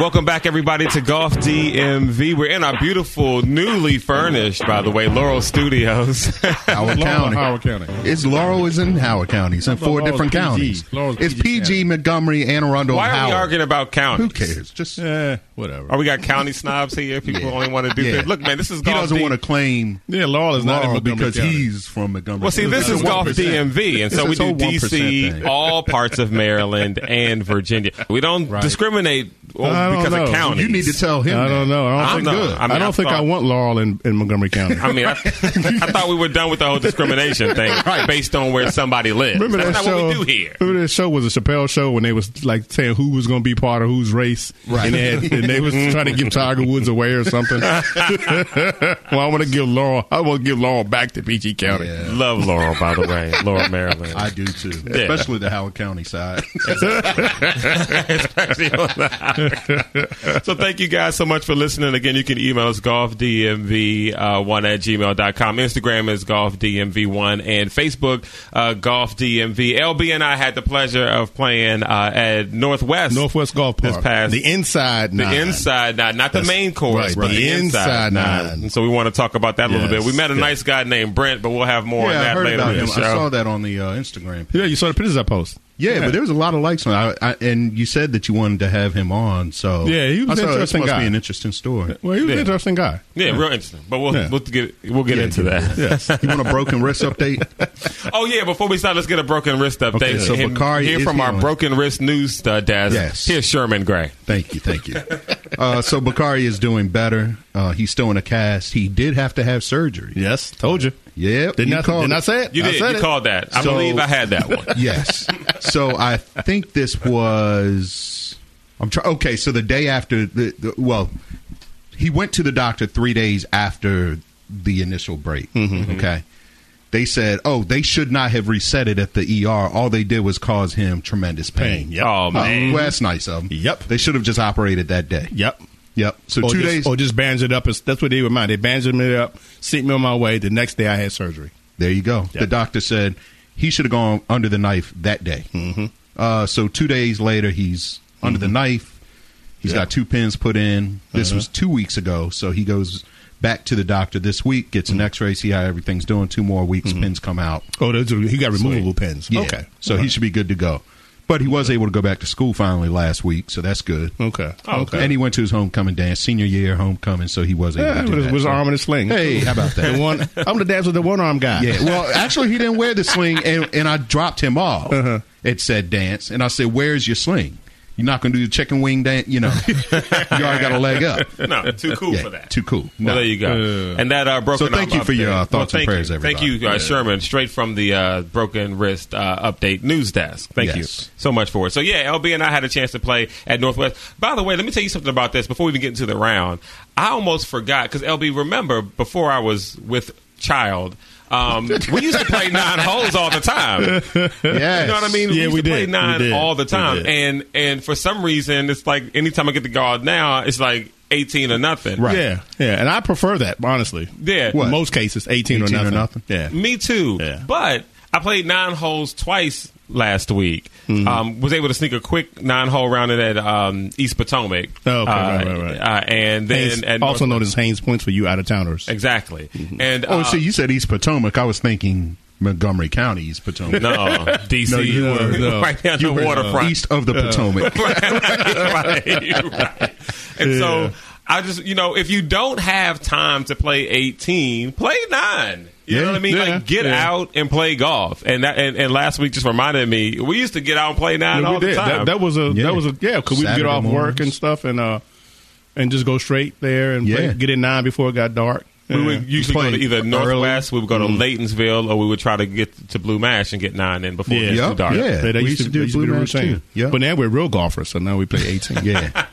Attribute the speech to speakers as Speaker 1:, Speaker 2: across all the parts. Speaker 1: Welcome back, everybody, to Golf DMV. We're in our beautiful, newly furnished, by the way, Laurel Studios.
Speaker 2: Howard
Speaker 3: Laurel,
Speaker 2: County.
Speaker 3: Howard County.
Speaker 2: It's Laurel is in Howard County. It's in four
Speaker 3: Laurel's
Speaker 2: different
Speaker 3: PG.
Speaker 2: counties.
Speaker 3: Laurel's
Speaker 2: it's
Speaker 3: PG
Speaker 2: PG,
Speaker 3: County.
Speaker 2: Montgomery, Anne Arundel,
Speaker 1: Why are
Speaker 2: Howard.
Speaker 1: we arguing about counties?
Speaker 2: Who cares? Just
Speaker 3: Yeah, Eh, whatever.
Speaker 1: Are we got county snobs here? People
Speaker 2: Yeah.
Speaker 1: only want to do
Speaker 2: Yeah.
Speaker 1: that. Look, man, this is
Speaker 2: he
Speaker 1: golf.
Speaker 2: doesn't
Speaker 1: D-
Speaker 2: want to claim
Speaker 3: Yeah, Laurel is not in
Speaker 2: Laurel
Speaker 3: Montgomery
Speaker 2: because
Speaker 3: County.
Speaker 2: he's from Montgomery.
Speaker 1: Well, see,
Speaker 2: It's
Speaker 1: this
Speaker 2: a
Speaker 1: is golf
Speaker 2: 1%.
Speaker 1: DMV, and so
Speaker 2: This
Speaker 1: we
Speaker 2: is a
Speaker 1: do
Speaker 2: 1%
Speaker 1: DC,
Speaker 2: thing.
Speaker 1: all parts of Maryland and Virginia. We don't discriminate well,
Speaker 3: I don't
Speaker 1: because of
Speaker 3: know.
Speaker 1: counties.
Speaker 2: You need to tell him.
Speaker 3: I
Speaker 2: that.
Speaker 3: don't know. I
Speaker 1: I'm
Speaker 3: don't think,
Speaker 1: not- I
Speaker 3: I,
Speaker 1: mean, I
Speaker 3: don't think I
Speaker 1: thought-
Speaker 3: want Laurel in, in Montgomery County.
Speaker 1: I mean, I, I thought we were done with the whole discrimination thing based on where somebody lives.
Speaker 3: Remember
Speaker 1: That's
Speaker 3: that
Speaker 1: not
Speaker 3: show?
Speaker 1: what we do here.
Speaker 3: Remember that show was a Chappelle show when they was like saying who was going to be part of whose race,
Speaker 2: Right.
Speaker 3: And they, had, and they was trying to give Tiger Woods away or something. well, I want to give Laurel. I want to give Laurel back to PG County.
Speaker 2: Yeah,
Speaker 1: Love Laurel, by the way, Laurel, Maryland.
Speaker 2: I do too, especially the Howard County side.
Speaker 1: Especially on the- so thank you guys so much for listening. Again, you can email us golfdmv1 at gmail.com. Instagram is golfdmv1 and Facebook uh, golfdmv. LB and I had the pleasure of playing uh, at Northwest.
Speaker 3: Northwest Golf Park.
Speaker 1: This past-
Speaker 3: the inside
Speaker 1: the
Speaker 3: nine.
Speaker 1: inside nine, not the
Speaker 3: That's-
Speaker 1: main course,
Speaker 3: right,
Speaker 1: but
Speaker 3: right.
Speaker 1: the, inside, nine. And so we want to talk about that a little
Speaker 3: Yes.
Speaker 1: bit. We met a nice guy named Brent, but we'll have more on
Speaker 2: yeah, I
Speaker 1: that
Speaker 2: heard
Speaker 1: later
Speaker 2: about
Speaker 1: in the
Speaker 2: him. I
Speaker 1: show.
Speaker 2: saw that on the uh, Instagram.
Speaker 3: Yeah, you saw the pictures I post.
Speaker 2: Yeah, but there was a lot of likes on. it. I, I, and you said that you wanted to have him on, so
Speaker 3: Yeah, he was
Speaker 2: I thought
Speaker 3: an
Speaker 2: this
Speaker 3: interesting
Speaker 2: must
Speaker 3: guy.
Speaker 2: be an interesting story.
Speaker 3: Well, he was an interesting guy.
Speaker 1: yeah, real interesting. But we'll
Speaker 3: Yeah.
Speaker 1: we'll get we'll get
Speaker 2: Yeah,
Speaker 1: into
Speaker 2: yeah.
Speaker 1: that.
Speaker 3: Yes.
Speaker 2: You want a broken wrist update?
Speaker 1: Oh yeah! Before we start, let's get a broken wrist update.
Speaker 2: Okay, so
Speaker 1: And
Speaker 2: Bakari
Speaker 1: hear
Speaker 2: is
Speaker 1: from our
Speaker 2: healing.
Speaker 1: broken wrist news uh, desk.
Speaker 2: Yes.
Speaker 1: Here's Sherman Gray.
Speaker 2: Thank you, thank you. Uh, so Bakari is doing better. Uh, he's still in a cast. He did have to have surgery.
Speaker 3: yes, told you.
Speaker 2: Yep,
Speaker 3: Didn't,
Speaker 2: you
Speaker 3: I,
Speaker 2: called
Speaker 3: didn't
Speaker 2: it.
Speaker 3: I say it?
Speaker 1: You
Speaker 3: I
Speaker 1: did.
Speaker 3: said
Speaker 1: You
Speaker 3: it.
Speaker 1: called that. I
Speaker 2: So-
Speaker 1: believe I had that one.
Speaker 2: Yes. So I think this was. I'm trying. Okay, so the day after the, the well, he went to the doctor three days after the initial break. Okay. They said, "Oh, they should not have reset it at the ER. All they did was cause him tremendous pain."
Speaker 3: Pain,
Speaker 2: Yeah.
Speaker 3: yep.
Speaker 1: Oh man!
Speaker 2: well, that's nice of them.
Speaker 3: Yep.
Speaker 2: They should have just operated that day.
Speaker 3: Yep.
Speaker 2: Yep. So
Speaker 3: or
Speaker 2: two
Speaker 3: just,
Speaker 2: days.
Speaker 3: Or just bandaged it up. It's- That's what they were mine. They bandaged me up, sent me on my way. The next day I had surgery.
Speaker 2: There you go.
Speaker 3: Yeah.
Speaker 2: The doctor said he should have gone under the knife that day. Mm-hmm. Uh, so two days later, he's
Speaker 3: Mm-hmm.
Speaker 2: under the knife. He's got two pins put in. This was two weeks ago. So he goes back to the doctor this week, gets
Speaker 3: Mm-hmm.
Speaker 2: an x ray, see how everything's doing. Two more weeks, pins come out.
Speaker 3: Oh, those are, he got removable pins.
Speaker 2: Yeah.
Speaker 3: Okay.
Speaker 2: So he should be good to go. But he was able to go back to school finally last week, so that's good.
Speaker 3: Okay. Oh, okay.
Speaker 2: And he went to his homecoming dance, senior year homecoming, so he was able
Speaker 3: yeah,
Speaker 2: to do
Speaker 3: with his,
Speaker 2: that.
Speaker 3: with his
Speaker 2: So-
Speaker 3: arm in a sling.
Speaker 2: Hey, how about that?
Speaker 3: The one, I'm the dance with the one arm guy.
Speaker 2: Yeah. Well, actually, he didn't wear the sling, and, and I dropped him off.
Speaker 3: Uh-huh.
Speaker 2: It said dance, and I said, "Where's your sling? You're not going to do the chicken wing dance, you know? you already got a leg up.
Speaker 1: no, too cool
Speaker 2: Yeah,
Speaker 1: for that.
Speaker 2: too cool.
Speaker 1: Well,
Speaker 2: No.
Speaker 1: there you go. and that uh, broken.
Speaker 2: So thank
Speaker 1: arm
Speaker 2: you for your,
Speaker 1: update.
Speaker 2: uh, thoughts
Speaker 1: well, thank
Speaker 2: and prayers,
Speaker 1: you. Thank
Speaker 2: everybody.
Speaker 1: you, uh, Sherman, straight from the uh, broken wrist uh, update news desk. Thank
Speaker 2: Yes.
Speaker 1: you so much for it. So yeah, LB and I had a chance to play at Northwest. By the way, let me tell you something about this before we even get into the round. I almost forgot because LB, remember before I was with child. Um, we used to play nine holes all the time.
Speaker 2: Yes.
Speaker 1: You know what I mean?
Speaker 3: Yeah,
Speaker 1: used
Speaker 3: we
Speaker 1: to play
Speaker 3: did. We
Speaker 1: nine
Speaker 3: did.
Speaker 1: all the
Speaker 3: We
Speaker 1: time,
Speaker 3: did.
Speaker 1: and and for some reason, it's like anytime I get the guard now, it's like eighteen or nothing.
Speaker 2: Right.
Speaker 3: Yeah. Yeah. And I prefer that, honestly.
Speaker 1: Yeah.
Speaker 3: In
Speaker 2: What?
Speaker 3: most cases, 18,
Speaker 2: 18 or
Speaker 3: or nothing.
Speaker 2: nothing?
Speaker 3: Yeah.
Speaker 1: Me too.
Speaker 3: Yeah.
Speaker 1: But I played nine holes twice last week.
Speaker 3: Mm-hmm.
Speaker 1: Um, was able to sneak a quick nine hole round in at um, East Potomac.
Speaker 3: Oh, okay,
Speaker 1: Uh,
Speaker 3: right, right, right.
Speaker 1: Uh, and then
Speaker 3: Haynes-
Speaker 1: at
Speaker 3: also Mm-hmm.
Speaker 1: North-
Speaker 3: known as Haynes points for you out of towners.
Speaker 1: exactly. And
Speaker 2: Oh,
Speaker 1: uh,
Speaker 2: see, you said East Potomac. I was thinking Montgomery County, East Potomac.
Speaker 1: no, DC,
Speaker 2: No, you
Speaker 1: were
Speaker 2: were-
Speaker 3: no.
Speaker 1: right down the
Speaker 2: We're, uh,
Speaker 1: waterfront.
Speaker 2: east of the Potomac.
Speaker 1: right, right. And so I just, you know, if you don't have time to play 18, play nine. You know
Speaker 2: Yeah,
Speaker 1: what I mean?
Speaker 3: yeah,
Speaker 1: like get
Speaker 3: yeah.
Speaker 1: out and play golf. And that and, and last week just reminded me we used to get out and play nine
Speaker 3: Yeah, we
Speaker 1: all the
Speaker 3: did.
Speaker 1: time.
Speaker 3: That, that was a
Speaker 2: Yeah.
Speaker 3: that was a yeah. Could we get
Speaker 2: Saturday
Speaker 3: off work
Speaker 2: mornings.
Speaker 3: and stuff and uh and just go straight there and play-
Speaker 2: Yeah.
Speaker 3: get in nine before it got dark.
Speaker 1: we
Speaker 3: Yeah.
Speaker 1: would usually go to
Speaker 2: Played
Speaker 1: either
Speaker 2: early.
Speaker 1: Northwest, we would go to Laytonsville, or we would try to get to Blue Mash and get nine in before
Speaker 3: Yeah.
Speaker 1: it gets too
Speaker 2: Yup,
Speaker 1: dark.
Speaker 2: yeah.
Speaker 3: They- they
Speaker 2: we used
Speaker 3: used to,
Speaker 2: to
Speaker 3: they
Speaker 2: do
Speaker 3: used to be
Speaker 2: Blue
Speaker 3: the
Speaker 2: Match
Speaker 3: routine.
Speaker 2: too. Yeah.
Speaker 3: But now we're real golfers, so now we play eighteen.
Speaker 2: yeah.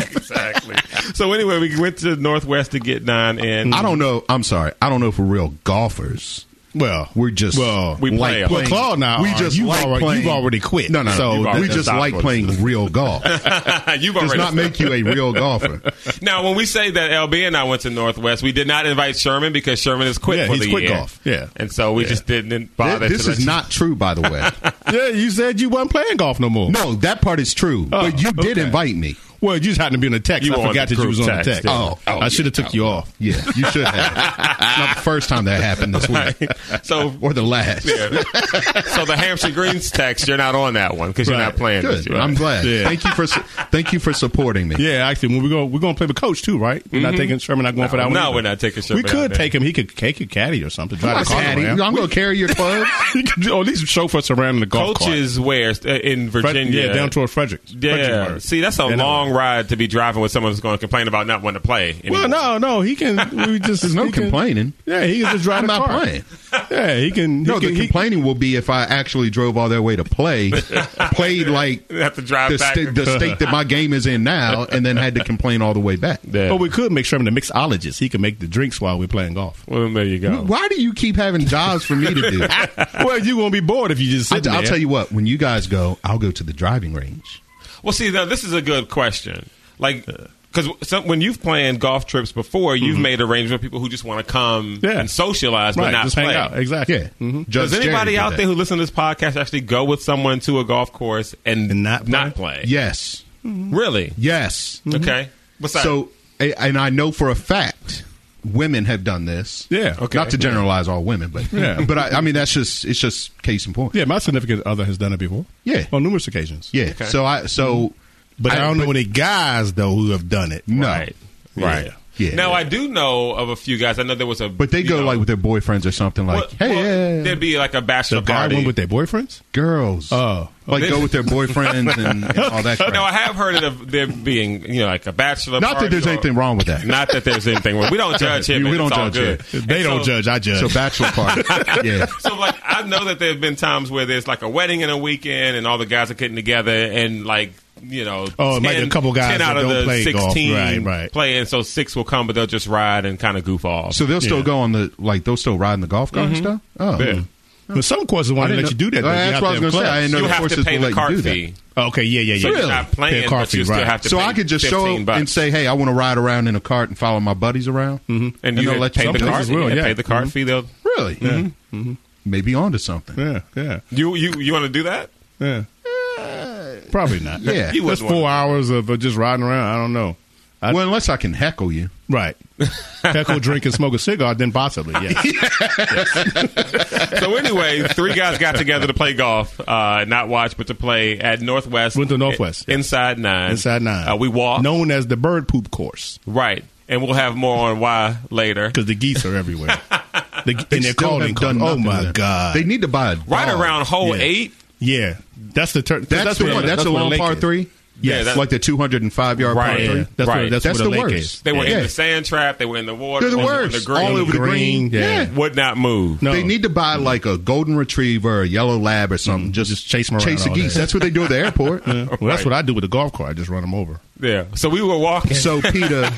Speaker 1: exactly. So anyway, we went to Northwest to get nine, and
Speaker 2: I don't know. I'm sorry. I don't know if we're real golfers.
Speaker 3: Well,
Speaker 2: We're just
Speaker 3: well,
Speaker 1: We
Speaker 2: like
Speaker 1: play 'em.
Speaker 2: playing-
Speaker 3: Well, Claude and I
Speaker 2: we
Speaker 3: are.
Speaker 2: just
Speaker 3: You've
Speaker 2: like
Speaker 3: already-
Speaker 2: playing.
Speaker 3: you've already quit.
Speaker 2: No, no,
Speaker 3: So
Speaker 2: no.
Speaker 3: you've
Speaker 2: we
Speaker 3: already-
Speaker 2: just
Speaker 3: that's
Speaker 2: like
Speaker 3: awkward.
Speaker 2: playing real golf. Does
Speaker 1: you've already
Speaker 2: not make you a real golfer.
Speaker 1: Now, when we say that LB and I went to Northwest, we did not invite Sherman because Sherman is quit
Speaker 3: Yeah,
Speaker 1: for
Speaker 3: he's
Speaker 1: the
Speaker 3: quit
Speaker 1: year.
Speaker 3: golf. Yeah.
Speaker 1: and so we just didn't bother.
Speaker 2: this
Speaker 1: to let
Speaker 2: is
Speaker 1: you-
Speaker 2: not true, by the way.
Speaker 3: yeah, you said you wasn't playing golf no more.
Speaker 2: No, that part is true.
Speaker 3: Oh,
Speaker 2: but you did
Speaker 3: okay.
Speaker 2: invite me.
Speaker 3: Well, you just happened to be in a text.
Speaker 1: You were
Speaker 3: I
Speaker 1: on
Speaker 3: forgot
Speaker 1: the
Speaker 3: that you was
Speaker 1: group
Speaker 3: on the
Speaker 1: text,
Speaker 3: text.
Speaker 1: yeah.
Speaker 2: Oh, oh,
Speaker 3: I should have took you off.
Speaker 2: Yeah, you should have. It's not the first time that happened this week,
Speaker 1: So
Speaker 2: or the last.
Speaker 1: so the Hampshire Greens text, you're not on that one because you're
Speaker 3: Right.
Speaker 1: not playing.
Speaker 2: Good.
Speaker 1: this year.
Speaker 2: I'm glad.
Speaker 3: Yeah.
Speaker 2: Thank you for su- thank you for supporting me.
Speaker 3: Yeah, actually, when we go, we're going to play with Coach too, right? We're not taking Sherman. Not going for that one.
Speaker 1: Mm-hmm. no,
Speaker 3: either.
Speaker 1: we're not taking
Speaker 3: We
Speaker 1: Sherman out
Speaker 3: could
Speaker 1: there.
Speaker 3: take him. He could take a caddy or something. Drive
Speaker 2: I'm,
Speaker 3: the car
Speaker 2: caddy.
Speaker 3: around.
Speaker 2: I'm gonna carry your club.
Speaker 3: He could do- or at least chauffeur around the golf cart.
Speaker 1: Coaches where uh, in
Speaker 3: Fred-
Speaker 1: Virginia?
Speaker 3: yeah, down toward Frederick.
Speaker 1: Yeah,
Speaker 3: Fredericksburg.
Speaker 1: see, that's a
Speaker 3: Yeah, no.
Speaker 1: long ride to be driving with someone who's going to complain about not wanting to play.
Speaker 3: Well,
Speaker 1: anymore.
Speaker 3: no, no, he can. We just
Speaker 2: There's no
Speaker 3: he can-
Speaker 2: complaining.
Speaker 3: yeah, he can just drive
Speaker 2: I'm
Speaker 3: the
Speaker 2: not
Speaker 3: car.
Speaker 2: playing.
Speaker 3: Yeah, he can. He
Speaker 2: No,
Speaker 3: can,
Speaker 2: the
Speaker 3: he-
Speaker 2: complaining will be if I actually drove all that way to play, played like
Speaker 1: You have to drive
Speaker 2: the,
Speaker 1: back.
Speaker 2: sta- the state that my game is in now, and then had to complain all the way back.
Speaker 1: Yeah.
Speaker 3: But we could make Sherman a mixologist. He can make the drinks while we're playing golf.
Speaker 1: well, there you go.
Speaker 2: Why do you keep having jobs for me to do?
Speaker 3: well, you're gonna be bored if you just
Speaker 2: I,
Speaker 3: sit there.
Speaker 2: will tell you what. When you guys go, I'll go to the driving range.
Speaker 1: Well, see, now this is a good question. Like, because when you've planned golf trips before, you've
Speaker 2: Mm-hmm.
Speaker 1: made arrangements with people who just want to come
Speaker 3: Yeah.
Speaker 1: and socialize but
Speaker 3: right,
Speaker 1: not
Speaker 3: just
Speaker 1: play.
Speaker 3: hang out. Exactly. Mm-hmm.
Speaker 2: Yeah. Judge
Speaker 1: Does
Speaker 2: Jerry
Speaker 1: anybody
Speaker 2: did
Speaker 1: out
Speaker 2: that.
Speaker 1: there who listens to this podcast actually go with someone to a golf course and,
Speaker 3: And not play?
Speaker 1: play?
Speaker 2: Yes.
Speaker 1: Really?
Speaker 2: Yes.
Speaker 1: Okay. Mm-hmm. What's that?
Speaker 2: Mm-hmm. So, a- and I know for a fact, women have done this.
Speaker 3: Yeah. Okay.
Speaker 2: Not to generalize all women, but
Speaker 3: Yeah.
Speaker 2: But I, I mean, that's just it's just case in point.
Speaker 3: Yeah, my significant other has done it before.
Speaker 2: Yeah.
Speaker 3: on numerous occasions.
Speaker 2: Yeah. So I so,
Speaker 3: but I, don't know any guys though who have done it.
Speaker 1: Mm-hmm.
Speaker 2: no.
Speaker 1: right. Right.
Speaker 2: Yeah.
Speaker 1: Now I do know of a few guys. I know there was a,
Speaker 2: But they
Speaker 1: you
Speaker 2: go
Speaker 1: know,
Speaker 2: like with their boyfriends or something like,
Speaker 1: well,
Speaker 2: hey,
Speaker 1: well,
Speaker 2: yeah,
Speaker 1: there'd be like a
Speaker 3: The
Speaker 1: bachelor
Speaker 3: guy
Speaker 1: party.
Speaker 3: went with their boyfriends.
Speaker 2: girls.
Speaker 3: Oh.
Speaker 2: like go with their boyfriends and, and all that. Crap.
Speaker 1: no, I have heard of there being you know like a bachelor.
Speaker 2: Not
Speaker 1: party
Speaker 2: that there's
Speaker 1: or-
Speaker 2: anything wrong with that.
Speaker 1: Not that there's anything wrong. We don't judge him.
Speaker 2: We
Speaker 1: and
Speaker 2: don't
Speaker 1: it's all
Speaker 2: judge him.
Speaker 1: good.
Speaker 3: They
Speaker 1: And
Speaker 3: don't
Speaker 1: so-
Speaker 3: judge. I judge.
Speaker 2: so bachelor party. yeah.
Speaker 1: so like I know that there have been times where there's like a wedding in a weekend and all the guys are getting together and like you know
Speaker 3: Oh, it might be a couple guys
Speaker 1: ten out
Speaker 3: that
Speaker 1: of
Speaker 3: don't
Speaker 1: the
Speaker 3: play golf.
Speaker 1: sixteen
Speaker 3: Right, right.
Speaker 1: playing so six will come but they'll just ride and kind of goof off.
Speaker 2: So they'll still
Speaker 3: Yeah.
Speaker 2: go on the like they'll still ride in the golf cart and stuff. Oh,
Speaker 1: Mm-hmm. Yeah.
Speaker 3: But some courses want to let
Speaker 2: didn't
Speaker 3: you do that.
Speaker 2: know-
Speaker 3: though. You
Speaker 2: That's
Speaker 3: have
Speaker 2: what I
Speaker 3: to
Speaker 2: was gonna say.
Speaker 3: have
Speaker 2: I
Speaker 3: clubs.
Speaker 2: didn't know
Speaker 1: you
Speaker 2: the
Speaker 1: have to
Speaker 2: courses
Speaker 1: pay
Speaker 2: will
Speaker 1: the
Speaker 2: let
Speaker 1: cart
Speaker 2: you do that.
Speaker 1: fee.
Speaker 3: Okay, yeah, yeah, yeah.
Speaker 1: So
Speaker 2: Really?
Speaker 1: you're not playing,
Speaker 3: Pay a cart
Speaker 1: but you
Speaker 3: fee,
Speaker 1: still
Speaker 3: right.
Speaker 1: have to.
Speaker 2: So
Speaker 1: pay
Speaker 2: I could just show
Speaker 1: 15
Speaker 2: up
Speaker 1: bucks.
Speaker 2: and say, "Hey, I want to ride around in a cart and follow my buddies around," mm-hmm.
Speaker 1: and you
Speaker 2: they'll let you
Speaker 1: pay the
Speaker 2: sometimes
Speaker 1: cart.
Speaker 2: as
Speaker 3: well,
Speaker 1: you
Speaker 3: yeah.
Speaker 1: pay the cart
Speaker 3: Mhm.
Speaker 1: fee. They'll
Speaker 2: Really? Mm-hmm. Maybe onto something.
Speaker 3: Yeah, yeah,
Speaker 1: you you you want to do that?
Speaker 3: yeah. Probably not.
Speaker 2: Yeah.
Speaker 1: You
Speaker 3: That's
Speaker 1: wouldn't
Speaker 3: four hours of uh, just riding around. I don't know. I-
Speaker 2: Well, unless I can heckle you.
Speaker 3: Right. Heckle, drink, and smoke a cigar, then possibly, yes.
Speaker 1: so anyway, three guys got together to play golf, uh, not watch, but to play at Northwest.
Speaker 3: Went to Northwest,
Speaker 1: I- inside nine.
Speaker 3: Inside nine.
Speaker 1: Uh, we walked
Speaker 3: Known as the bird poop course
Speaker 1: right, and we'll have more on why later.
Speaker 3: because the geese are everywhere. The, ge- and they're
Speaker 2: still
Speaker 3: calling.
Speaker 2: have done
Speaker 3: calling. Oh,
Speaker 2: nothing with
Speaker 3: my
Speaker 2: it.
Speaker 3: God.
Speaker 2: They need to buy a
Speaker 1: Right
Speaker 2: dog.
Speaker 1: around hole
Speaker 3: Yeah.
Speaker 1: eight.
Speaker 3: yeah. That's the turn.
Speaker 2: That's, the
Speaker 3: where-
Speaker 2: one. That's, a
Speaker 3: where
Speaker 2: long
Speaker 3: lake
Speaker 2: par
Speaker 3: is.
Speaker 2: three.
Speaker 1: Yeah,
Speaker 2: Yes,
Speaker 1: that-
Speaker 2: like the two hundred and five yard
Speaker 1: Right.
Speaker 2: par three.
Speaker 3: Yeah. That's
Speaker 1: Right.
Speaker 3: where, that's
Speaker 2: That's
Speaker 3: where
Speaker 2: the
Speaker 3: the, lake
Speaker 2: worst.
Speaker 3: is.
Speaker 1: They were
Speaker 3: Yeah.
Speaker 1: in the sand trap. They were in the water.
Speaker 2: They're the
Speaker 1: on on
Speaker 2: worst.
Speaker 1: the green.
Speaker 2: All over the green.
Speaker 3: Green, yeah.
Speaker 1: Would not move.
Speaker 3: No.
Speaker 2: They need to buy like a golden retriever, or a yellow lab, or something. Just,
Speaker 3: Mm, Just chase 'em around
Speaker 2: Chase the
Speaker 3: all
Speaker 2: geese.
Speaker 3: day.
Speaker 2: That's what they do at the airport.
Speaker 3: Well, that's what I do with the golf cart. I just run them over.
Speaker 1: Yeah. So we were walking.
Speaker 2: So Peter,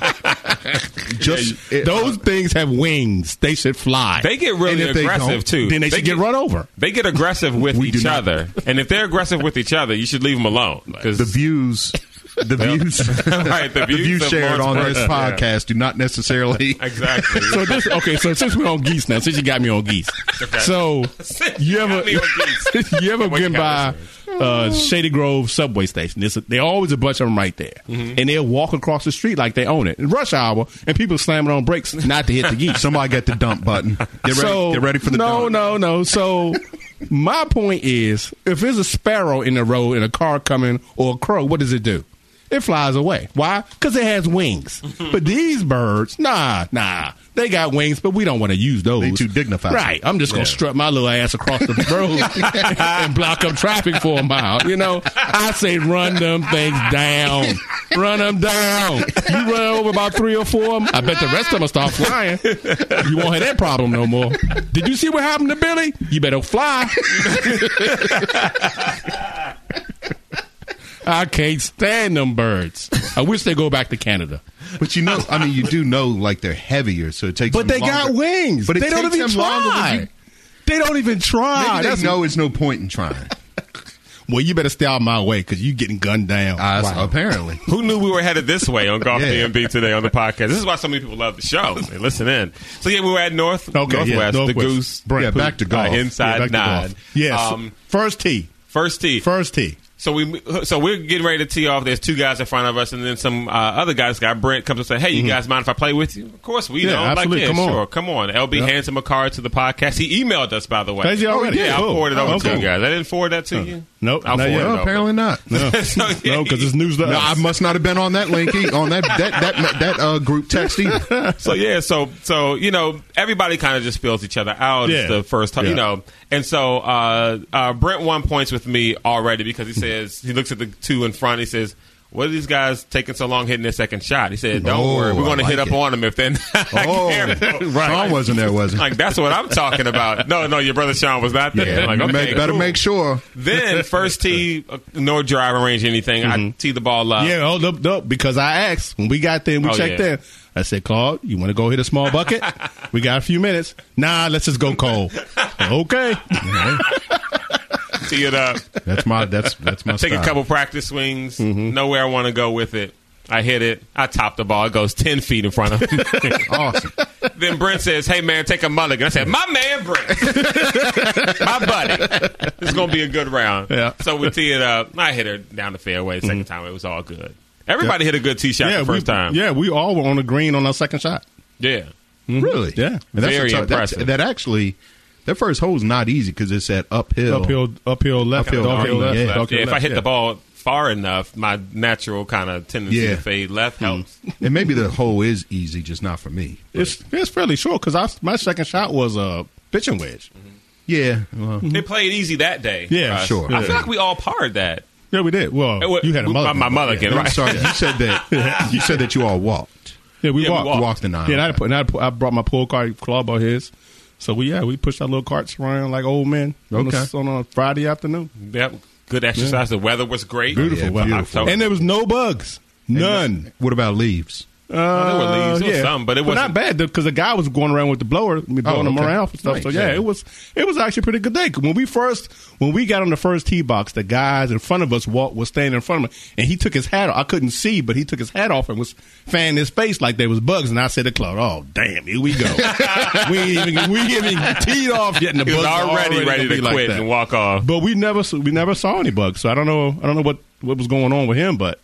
Speaker 2: just it-
Speaker 3: Those things have wings. They should fly.
Speaker 1: They get
Speaker 2: And
Speaker 1: really
Speaker 2: if they
Speaker 1: aggressive
Speaker 2: don't,
Speaker 1: too.
Speaker 3: then uh, they, should get, run over.
Speaker 1: They get aggressive with
Speaker 2: We do
Speaker 1: each
Speaker 2: not.
Speaker 1: other, and if they're aggressive with each other, you should leave them alone. 'cause-
Speaker 2: the views, the views,
Speaker 1: Right, the
Speaker 2: the
Speaker 1: views
Speaker 2: views
Speaker 1: of
Speaker 2: shared on
Speaker 1: Lawrence
Speaker 2: this
Speaker 1: Burton.
Speaker 2: podcast do not necessarily.
Speaker 1: exactly.
Speaker 3: So this okay. So since we're on geese now, since you got me on geese, so you
Speaker 1: You
Speaker 3: ever
Speaker 1: got me on geese.
Speaker 3: you ever
Speaker 1: What you
Speaker 3: been by
Speaker 1: got
Speaker 3: uh, Shady Grove subway station? There's a, there always a bunch of them right there,
Speaker 1: Mm-hmm.
Speaker 3: and they'll walk across the street like they own it. In rush hour, and people slamming on brakes not to hit the geese.
Speaker 2: Somebody get the dump button. Get ready,
Speaker 3: so
Speaker 2: get ready for the
Speaker 3: no,
Speaker 2: dump.
Speaker 3: no, no. So my point is, if there's a sparrow in the road and a car coming or a crow, what does it do? It flies away. Why? Because it has wings. but these birds, nah, nah, they got wings, but we don't want to use those.
Speaker 2: They too dignified.
Speaker 3: right? I'm just gonna strut my little ass across the road and block up traffic for a mile. You know, I say run them things down, run them down. You run over about three or four of them, I bet the rest of them start flying. You won't have that problem no more. Did you see what happened to Billy? You better fly. I can't stand them birds. I wish they go back to Canada.
Speaker 2: But you know, I mean, you do know like they're heavier, so it takes.
Speaker 4: But
Speaker 2: them
Speaker 4: they got
Speaker 2: longer.
Speaker 4: wings.
Speaker 2: But it
Speaker 4: they
Speaker 2: takes
Speaker 4: don't even
Speaker 2: them longer
Speaker 4: try.
Speaker 2: than you-
Speaker 4: they don't even try.
Speaker 2: Maybe
Speaker 4: That's-
Speaker 2: they know it's no point in trying.
Speaker 3: Well, you better stay out my way because you getting gunned down.
Speaker 2: Uh, Apparently,
Speaker 1: Who knew we were headed this way on Golf
Speaker 2: Yeah.
Speaker 1: DMV today on the podcast? This is why so many people love the show. They listen in. So yeah, we were at North
Speaker 3: Okay, yeah,
Speaker 1: Northwest, the
Speaker 3: Northwest.
Speaker 1: Goose.
Speaker 3: Brent,
Speaker 2: Yeah,
Speaker 3: who-
Speaker 2: back to golf.
Speaker 1: Uh, inside
Speaker 3: Yeah, back to
Speaker 1: nine.
Speaker 3: golf. Yes.
Speaker 1: Um,
Speaker 3: first tee.
Speaker 1: First tee.
Speaker 3: First tee.
Speaker 1: So we so we're getting ready to tee off. There's two guys in front of us, and then some uh, other guys. Guy Brent comes and says, "Hey, you guys mind if I play with you?" Of course, we
Speaker 3: Mm-hmm. Yeah,
Speaker 1: don't.
Speaker 3: absolutely.
Speaker 1: Like, yeah,
Speaker 3: Come on.
Speaker 1: sure, come on. LB hands him a card to the podcast. He emailed us, by the way.
Speaker 3: Has he already?
Speaker 1: Yeah,
Speaker 3: Cool.
Speaker 1: I forwarded it over
Speaker 3: Oh,
Speaker 1: to
Speaker 3: cool.
Speaker 1: you guys. I didn't forward that to you.
Speaker 3: Nope,
Speaker 1: I'll
Speaker 3: not
Speaker 1: forward
Speaker 3: yet.
Speaker 1: it
Speaker 3: No,
Speaker 1: over.
Speaker 2: apparently not.
Speaker 3: No,
Speaker 1: So, yeah,
Speaker 3: no, because it's news to
Speaker 2: No, I
Speaker 3: us.
Speaker 2: must not have been on that link e- on that that that that uh, group text either.
Speaker 1: so yeah, so so you know, everybody kind of just feels each other out. It's
Speaker 3: Yeah.
Speaker 1: the first time,
Speaker 3: Yeah.
Speaker 1: you know. And so uh, uh, Brent won points with me already because he says he looks at the two in front. He says. What are these guys taking so long hitting their second shot? He said, "Don't
Speaker 2: Oh,
Speaker 1: worry, we're
Speaker 2: I
Speaker 1: going to hit
Speaker 2: like
Speaker 1: up
Speaker 2: it.
Speaker 1: on them if they're not
Speaker 2: Oh,
Speaker 1: careful."
Speaker 2: Sean wasn't there, was he?
Speaker 1: Like that's what I'm talking about. No, no, your brother Sean was not there.
Speaker 2: yeah,
Speaker 1: Like,
Speaker 2: you
Speaker 1: okay,
Speaker 2: make- better
Speaker 1: cool.
Speaker 2: make sure.
Speaker 1: Then first tee, uh, no driving range, anything. I
Speaker 2: Mm-hmm.
Speaker 1: tee the ball up.
Speaker 3: yeah, hold up, up, because I asked when we got there and we
Speaker 1: Oh,
Speaker 3: checked
Speaker 1: yeah.
Speaker 3: in. I said, Claude, you want to go hit a small bucket? we got a few minutes. Nah, let's just go cold. okay.
Speaker 1: Tee it up.
Speaker 2: That's my that's that's my.
Speaker 1: I take a
Speaker 2: style.
Speaker 1: couple practice swings.
Speaker 3: Mm-hmm.
Speaker 1: Know where I want to go with it. I hit it. I top the ball. It goes ten feet in front of me.
Speaker 2: Awesome.
Speaker 1: then Brent says, "Hey man, take a mulligan." I said, "My man, Brent, my buddy. This is gonna be a good round."
Speaker 3: Yeah. Mm-hmm.
Speaker 1: So we tee it up. I hit her down the fairway. 2nd time, it was all good. Everybody hit a good tee shot
Speaker 3: yeah,
Speaker 1: the first
Speaker 3: we,
Speaker 1: time.
Speaker 3: Yeah, we all were on the green on our second shot.
Speaker 1: Yeah.
Speaker 2: Really?
Speaker 3: Yeah.
Speaker 2: And that's
Speaker 1: Very
Speaker 2: a tough- that-
Speaker 1: impressive.
Speaker 2: That, actually, that first hole is not easy because it's at uphill.
Speaker 3: Uphill, uphill left,
Speaker 2: Uphill,
Speaker 3: uphill,
Speaker 2: uphill
Speaker 3: left,
Speaker 2: left.
Speaker 3: left,
Speaker 1: Yeah,
Speaker 3: uphill
Speaker 1: if I
Speaker 3: left,
Speaker 1: hit
Speaker 3: yeah.
Speaker 1: the ball far enough, my natural kind of tendency
Speaker 2: Yeah.
Speaker 1: to fade left
Speaker 3: Mm-hmm.
Speaker 1: helps.
Speaker 2: and maybe the hole is easy, just not for me.
Speaker 3: it's it's fairly short because my second shot was a pitching wedge.
Speaker 2: Yeah. Well,
Speaker 1: They played easy that day.
Speaker 3: Yeah,
Speaker 1: for us.
Speaker 2: sure.
Speaker 1: I
Speaker 2: Yeah.
Speaker 1: feel like we all parred that.
Speaker 3: Yeah, we did. Well,
Speaker 1: Well,
Speaker 3: you had a
Speaker 1: we-
Speaker 3: mulligan.
Speaker 1: My, my mulligan,
Speaker 2: I'm
Speaker 1: right?
Speaker 2: sorry. You said that. You said that you all walked.
Speaker 3: Yeah, we
Speaker 1: Yeah, we
Speaker 3: walked.
Speaker 1: walked.
Speaker 2: Walked the nine.
Speaker 3: Yeah, and I, had to put- and I, had to put- I brought my pool cart. Claw bought his. So we yeah we pushed our little carts around like old men on,
Speaker 2: Okay.
Speaker 3: a, on a Friday afternoon.
Speaker 1: Yep. Good exercise. The weather was great.
Speaker 3: Beautiful
Speaker 2: yeah,
Speaker 3: weather.
Speaker 2: beautiful.
Speaker 3: and there was Oh. no bugs, none.
Speaker 2: What about leaves?
Speaker 1: there were leaves. There was
Speaker 3: Uh, yeah.
Speaker 1: some, but it
Speaker 3: not
Speaker 1: wasn't- Oh,
Speaker 3: bad because the guy was going around with the blower, I mean, blowing them
Speaker 2: okay.
Speaker 3: around for stuff. So
Speaker 2: Nice.
Speaker 3: yeah,
Speaker 2: Yeah.
Speaker 3: it was it was actually a pretty good day. 'Cause When we first when we got on the first tee box, the guys in front of us walked, was standing in front of me, and he took his hat. off. I couldn't see, but he took his hat off and was fanning his face like there was bugs. And I said to Claude, "Oh damn, here we go. we ain't even we ain't even teed off yet, and the
Speaker 1: He was
Speaker 3: bugs are
Speaker 1: already, ready
Speaker 3: gonna
Speaker 1: to
Speaker 3: be like
Speaker 1: quit
Speaker 3: that.
Speaker 1: and walk off.
Speaker 3: But we never s- we never saw any bugs, so I don't know I don't know what what was going on with him, but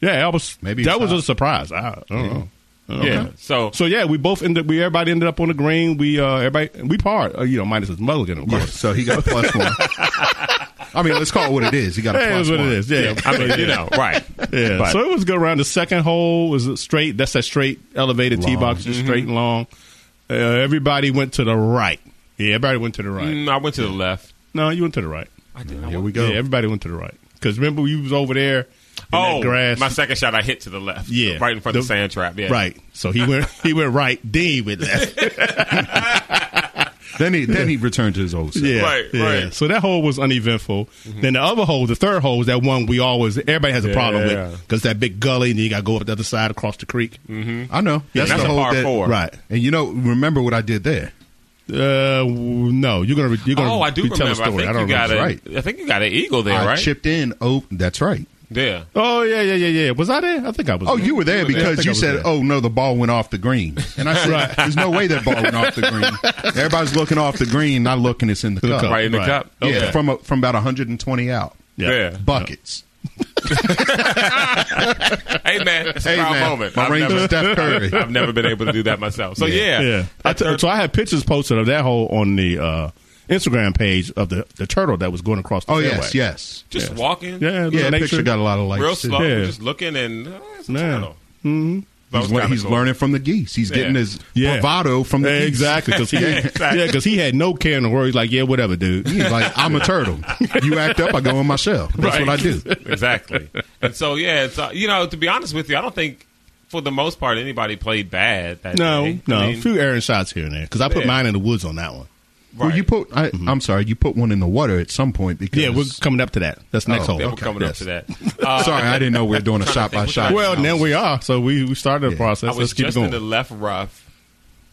Speaker 3: yeah, that was
Speaker 2: Maybe
Speaker 3: maybe
Speaker 2: he
Speaker 3: that was
Speaker 2: saw
Speaker 3: a surprise. I, I don't know. I don't
Speaker 1: Yeah.
Speaker 3: know.
Speaker 1: So,
Speaker 3: So yeah, we both ended. We everybody ended up on the green. We uh, everybody we parred. Uh, you know, minus his mulligan, of course.
Speaker 2: So he got a plus one. I mean, let's call it what it is. He got a
Speaker 3: Hey,
Speaker 2: plus
Speaker 3: that's what
Speaker 2: one.
Speaker 3: it is. Yeah,
Speaker 1: I mean, you know, right.
Speaker 3: yeah.
Speaker 1: But-
Speaker 3: so it was a good round. The second hole was a straight. That's that straight elevated tee
Speaker 2: Long.
Speaker 3: box, just straight and long. Uh, everybody went to the right. Yeah, everybody went to the right.
Speaker 1: Mm, I went to the left.
Speaker 3: No, you went to the right.
Speaker 1: I did.
Speaker 2: Here we go.
Speaker 3: Yeah, everybody went to the right. Because remember, we was over there. in
Speaker 1: Oh,
Speaker 3: that grass.
Speaker 1: my second shot, I hit to the left.
Speaker 3: Yeah.
Speaker 1: Right in front of the
Speaker 3: The-
Speaker 1: sand trap. Yeah.
Speaker 3: Right. So he went he went right, then he went left.
Speaker 2: Then he then he returned to his old self.
Speaker 3: Yeah.
Speaker 1: Right,
Speaker 3: yeah.
Speaker 1: right. Mm-hmm.
Speaker 3: So that hole was uneventful. Then the other hole, the third hole, is that one we always everybody has a problem
Speaker 1: Yeah. Mm-hmm.
Speaker 3: with because that big gully, and then you got to go up the other side across the creek.
Speaker 2: I know.
Speaker 1: Yeah, that's
Speaker 2: the
Speaker 1: a
Speaker 2: whole
Speaker 1: par
Speaker 2: that-
Speaker 1: four.
Speaker 3: Right.
Speaker 2: And you know, remember what I did there?
Speaker 3: Uh, w- no, you're gonna re- you're gonna
Speaker 1: Oh, I do
Speaker 3: re- tell
Speaker 1: remember.
Speaker 3: a
Speaker 1: I
Speaker 3: story.
Speaker 1: think
Speaker 3: don't
Speaker 1: you got a,
Speaker 3: remember.
Speaker 2: Right.
Speaker 1: I think you got an eagle there,
Speaker 2: I
Speaker 1: right?
Speaker 2: chipped in. Oh, that's right.
Speaker 1: Yeah.
Speaker 3: Oh yeah, yeah, yeah, yeah. Was I there? I think I was.
Speaker 2: Oh, you were there
Speaker 3: Yeah, I
Speaker 2: because
Speaker 3: think I
Speaker 2: you
Speaker 3: was
Speaker 2: said,
Speaker 3: there.
Speaker 2: "Oh no, the ball went off the green," and I said, "There's no way that ball went off the green." Everybody's looking off the green, not looking. It's in the cup.
Speaker 3: cup.
Speaker 1: Right in the
Speaker 3: Right.
Speaker 1: cup.
Speaker 2: Yeah,
Speaker 1: Okay.
Speaker 2: from a, from about 120 out.
Speaker 1: Yeah.
Speaker 2: Buckets.
Speaker 1: Hey, man. It's a
Speaker 2: Hey
Speaker 1: proud
Speaker 2: man,
Speaker 1: moment.
Speaker 2: my
Speaker 1: I've
Speaker 2: range
Speaker 1: never-
Speaker 2: is Steph Curry.
Speaker 1: I've never been able to do that myself. So yeah,
Speaker 3: Yeah. I t- so I had pictures posted of that hole on the uh, Instagram page of the, the turtle that was going across the
Speaker 2: oh
Speaker 3: fairway.
Speaker 2: yes, yes.
Speaker 1: just walking,
Speaker 3: Yeah,
Speaker 2: Yeah,
Speaker 3: little
Speaker 2: that
Speaker 3: nature.
Speaker 2: picture got a lot of likes.
Speaker 1: real
Speaker 2: too.
Speaker 1: slow,
Speaker 3: Yeah.
Speaker 1: just looking and uh, it's a
Speaker 3: Yeah.
Speaker 1: turtle. That was
Speaker 2: He's, lear-
Speaker 1: kinda
Speaker 2: he's
Speaker 1: cool.
Speaker 2: learning from the geese. He's getting
Speaker 1: Yeah.
Speaker 2: his bravado from the
Speaker 3: Yeah,
Speaker 2: geese.
Speaker 3: exactly because he yeah,
Speaker 1: exactly.
Speaker 3: because he had no care in the world. He's like, yeah, whatever, dude.
Speaker 2: He's like, I'm a turtle. You act up, I go in my shell. That's
Speaker 1: Right.
Speaker 2: what I do.
Speaker 1: exactly. And so yeah, it's, uh, you know, to be honest with you, I don't think for the most part anybody played bad. That
Speaker 3: No,
Speaker 1: day.
Speaker 3: no,
Speaker 1: I
Speaker 3: a
Speaker 1: mean,
Speaker 3: few errant shots here and there because I put
Speaker 1: Yeah.
Speaker 3: mine in the woods on that one.
Speaker 2: Well,
Speaker 1: Right.
Speaker 2: you put. I, I'm sorry, you put one in the water at some point because.
Speaker 3: Mm-hmm. Yeah, we're coming up to that. That's next
Speaker 2: Oh,
Speaker 3: hole.
Speaker 1: Yeah,
Speaker 2: okay,
Speaker 1: we're coming
Speaker 3: yes.
Speaker 1: up to that. Uh,
Speaker 2: sorry, I didn't know we were doing a shot by shot.
Speaker 3: Well, now we are. So we, we started the
Speaker 1: I
Speaker 3: process. Let's
Speaker 1: was
Speaker 3: keep
Speaker 1: just
Speaker 3: it going.
Speaker 1: in the left rough.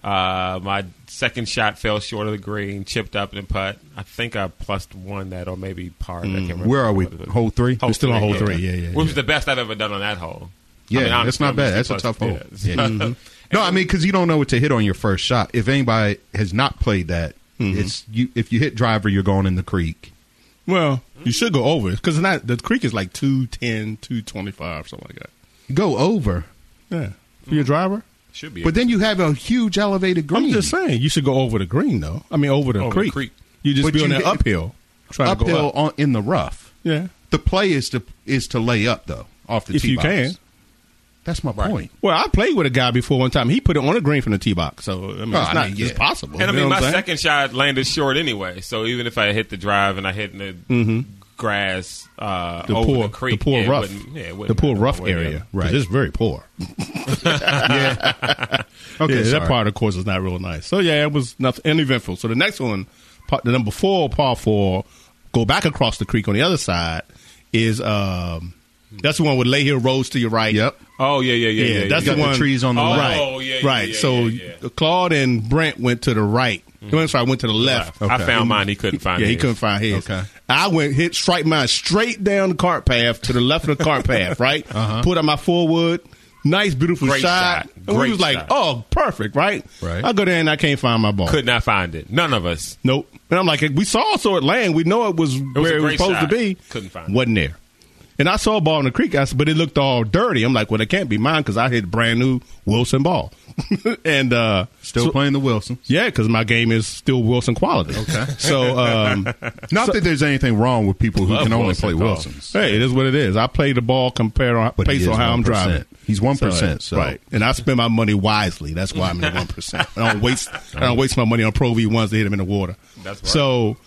Speaker 1: Uh, my second shot fell short of the green, chipped up and putt. I think I plus one that, or maybe par. I can't remember.
Speaker 2: Mm. where are we?
Speaker 1: What it was.
Speaker 2: Hole three.
Speaker 3: We're still on hole three. Yeah, yeah.
Speaker 1: Which was the best I've ever done on that hole.
Speaker 2: Yeah,
Speaker 1: I mean,
Speaker 2: that's
Speaker 1: honestly,
Speaker 2: not
Speaker 1: I'm
Speaker 2: bad.
Speaker 1: usually
Speaker 2: That's a
Speaker 1: plus-
Speaker 2: tough hole.
Speaker 1: yeah.
Speaker 2: Yeah.
Speaker 3: Mm-hmm.
Speaker 1: Mhm.
Speaker 2: No, I mean because you don't know what to hit on your first shot. If anybody has not played that,
Speaker 3: Mm-hmm.
Speaker 2: it's you. If you hit driver, you're going in the creek.
Speaker 3: Well, Hmm? you should go over because not the creek is like 210, 225, something like that.
Speaker 2: Go over,
Speaker 3: Yeah, for your driver. Hmm.
Speaker 1: Should be.
Speaker 2: but then you have a huge elevated green.
Speaker 3: I'm just saying you should go over the green though. I mean over the
Speaker 1: Over the
Speaker 3: creek.
Speaker 1: creek.
Speaker 3: You just
Speaker 2: But
Speaker 3: be on
Speaker 2: you
Speaker 3: that
Speaker 2: hit-
Speaker 3: uphill, trying to go
Speaker 2: uphill
Speaker 3: up.
Speaker 2: on, in the rough.
Speaker 3: Yeah,
Speaker 2: The play is to is to lay up though off the
Speaker 3: if
Speaker 2: tee
Speaker 3: you
Speaker 2: box.
Speaker 3: can.
Speaker 2: That's my point.
Speaker 3: Well, I played with a guy before one time. He put it on the green from the tee box, so I mean, it's
Speaker 2: Oh, I
Speaker 3: not
Speaker 2: mean, yeah.
Speaker 3: it's possible.
Speaker 1: and I
Speaker 3: You
Speaker 1: mean,
Speaker 3: know what
Speaker 1: my
Speaker 3: I'm saying?
Speaker 1: second shot landed short anyway. So even if I hit the drive and I hit in the grass uh,
Speaker 3: Mm-hmm. the
Speaker 1: over
Speaker 3: poor,
Speaker 1: the creek,
Speaker 3: the poor
Speaker 1: yeah, it
Speaker 3: rough,
Speaker 1: wouldn't- yeah, it
Speaker 3: the
Speaker 1: wouldn't
Speaker 3: poor
Speaker 1: matter
Speaker 3: rough
Speaker 1: one way or the
Speaker 3: area,
Speaker 1: other.
Speaker 3: right? It's very poor.
Speaker 2: Yeah. okay. sorry.
Speaker 3: yeah, that part of course is not real nice. So yeah, it was nothing uneventful. So the next one, part, the number four par four, go back across the creek on the other side is um that's the one with Lay Hill Roads to your right.
Speaker 2: Yep.
Speaker 1: Oh yeah, yeah, yeah,
Speaker 3: Yeah,
Speaker 1: yeah.
Speaker 3: that's
Speaker 1: yeah.
Speaker 2: got
Speaker 3: the
Speaker 2: the
Speaker 3: one.
Speaker 2: trees on the
Speaker 1: Oh,
Speaker 3: right,
Speaker 1: left. yeah, yeah,
Speaker 3: right.
Speaker 1: yeah,
Speaker 3: so
Speaker 1: yeah, yeah.
Speaker 3: Claude and Brent went to the right. No, I'm sorry, went to the left.
Speaker 1: Mm-hmm. I found mine. He couldn't find.
Speaker 3: Yeah, he
Speaker 1: his.
Speaker 3: couldn't find his.
Speaker 2: Okay.
Speaker 3: I went hit strike mine straight down the cart path to the left of the cart path, right? Put on my forward. Nice, beautiful
Speaker 1: Uh-huh. Great
Speaker 3: shot.
Speaker 1: shot.
Speaker 3: And
Speaker 1: Great
Speaker 3: we was like,
Speaker 1: shot.
Speaker 3: oh, perfect, right?
Speaker 2: Right.
Speaker 3: I go there and I can't find my ball.
Speaker 1: Could not find it. None of us.
Speaker 3: Nope. And I'm like, we saw saw it land. We know it was,
Speaker 1: was a
Speaker 3: where it was
Speaker 1: great
Speaker 3: supposed
Speaker 1: shot.
Speaker 3: to be.
Speaker 1: Couldn't find it.
Speaker 3: Wasn't there. And I saw a ball in the creek, I said, but it looked all dirty. I'm like, well, it can't be mine because I hit a brand new Wilson ball. and uh,
Speaker 2: Still
Speaker 3: so-
Speaker 2: playing the Wilsons.
Speaker 3: yeah, because my game is still Wilson quality. Okay. So, um,
Speaker 2: Not that there's anything wrong with people who
Speaker 1: Love
Speaker 2: can only
Speaker 1: Wilson
Speaker 2: play
Speaker 1: golf.
Speaker 2: Wilsons.
Speaker 3: hey, it is what it is. I play the ball compared on
Speaker 2: But he
Speaker 3: based
Speaker 2: is
Speaker 3: on how I'm
Speaker 2: 1%.
Speaker 3: driving.
Speaker 2: He's 1%, so-
Speaker 3: right. And I spend my money wisely. That's why I'm in one percent. I don't waste. I don't waste my money on Pro V ones to hit him in the water.
Speaker 1: That's right.
Speaker 3: So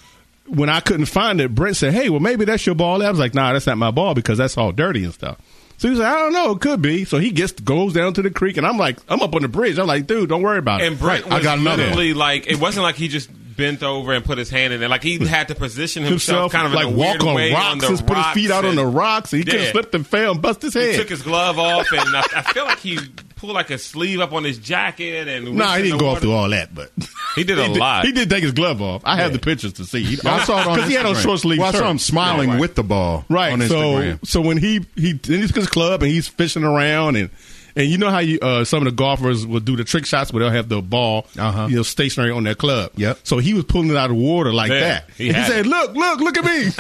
Speaker 3: when I couldn't find it, Brent said, "Hey, well maybe that's your ball." I was like, "Nah, that's not my ball because that's all dirty and stuff." So he was like, "I don't know. It could be." So he gets goes down to the creek, and I'm like, "I'm up on the bridge." I'm like, "Dude, don't worry about it."
Speaker 1: And Brent
Speaker 3: I
Speaker 1: was
Speaker 3: got another one.
Speaker 1: literally like it wasn't like he just bent over and put his hand in there. Like he had to position himself, kind of
Speaker 3: like
Speaker 1: in a
Speaker 3: walk
Speaker 1: weird
Speaker 3: on
Speaker 1: way
Speaker 3: rocks,
Speaker 1: on the
Speaker 3: just put his feet out
Speaker 1: rocks
Speaker 3: on the
Speaker 1: and
Speaker 3: rocks. He could
Speaker 1: Yeah.
Speaker 3: have slipped and fell and bust his head.
Speaker 1: Took his glove off, and I, I feel like he pulled like a sleeve up on his jacket. And
Speaker 3: Nah, he didn't go off through all that, but
Speaker 1: He did a lot.
Speaker 3: He did take his glove off. I have the pictures to see. He-
Speaker 2: I saw it on
Speaker 3: because he had on
Speaker 2: Instagram.
Speaker 3: short sleeve.
Speaker 2: Well, I saw him
Speaker 3: shirt.
Speaker 2: smiling
Speaker 1: Yeah, right.
Speaker 2: with the ball
Speaker 3: Right.
Speaker 2: on
Speaker 3: so
Speaker 2: Instagram.
Speaker 3: so when he he then he took his club and he's fishing around and and you know how you uh, some of the golfers will do the trick shots where they'll have the ball
Speaker 2: Uh-huh.
Speaker 3: you know stationary on their club.
Speaker 2: Yep.
Speaker 3: So he was pulling it out of the water like
Speaker 1: Yeah,
Speaker 3: that.
Speaker 1: he
Speaker 3: and he
Speaker 1: had
Speaker 3: said,
Speaker 1: it.
Speaker 3: "Look, look, look at me."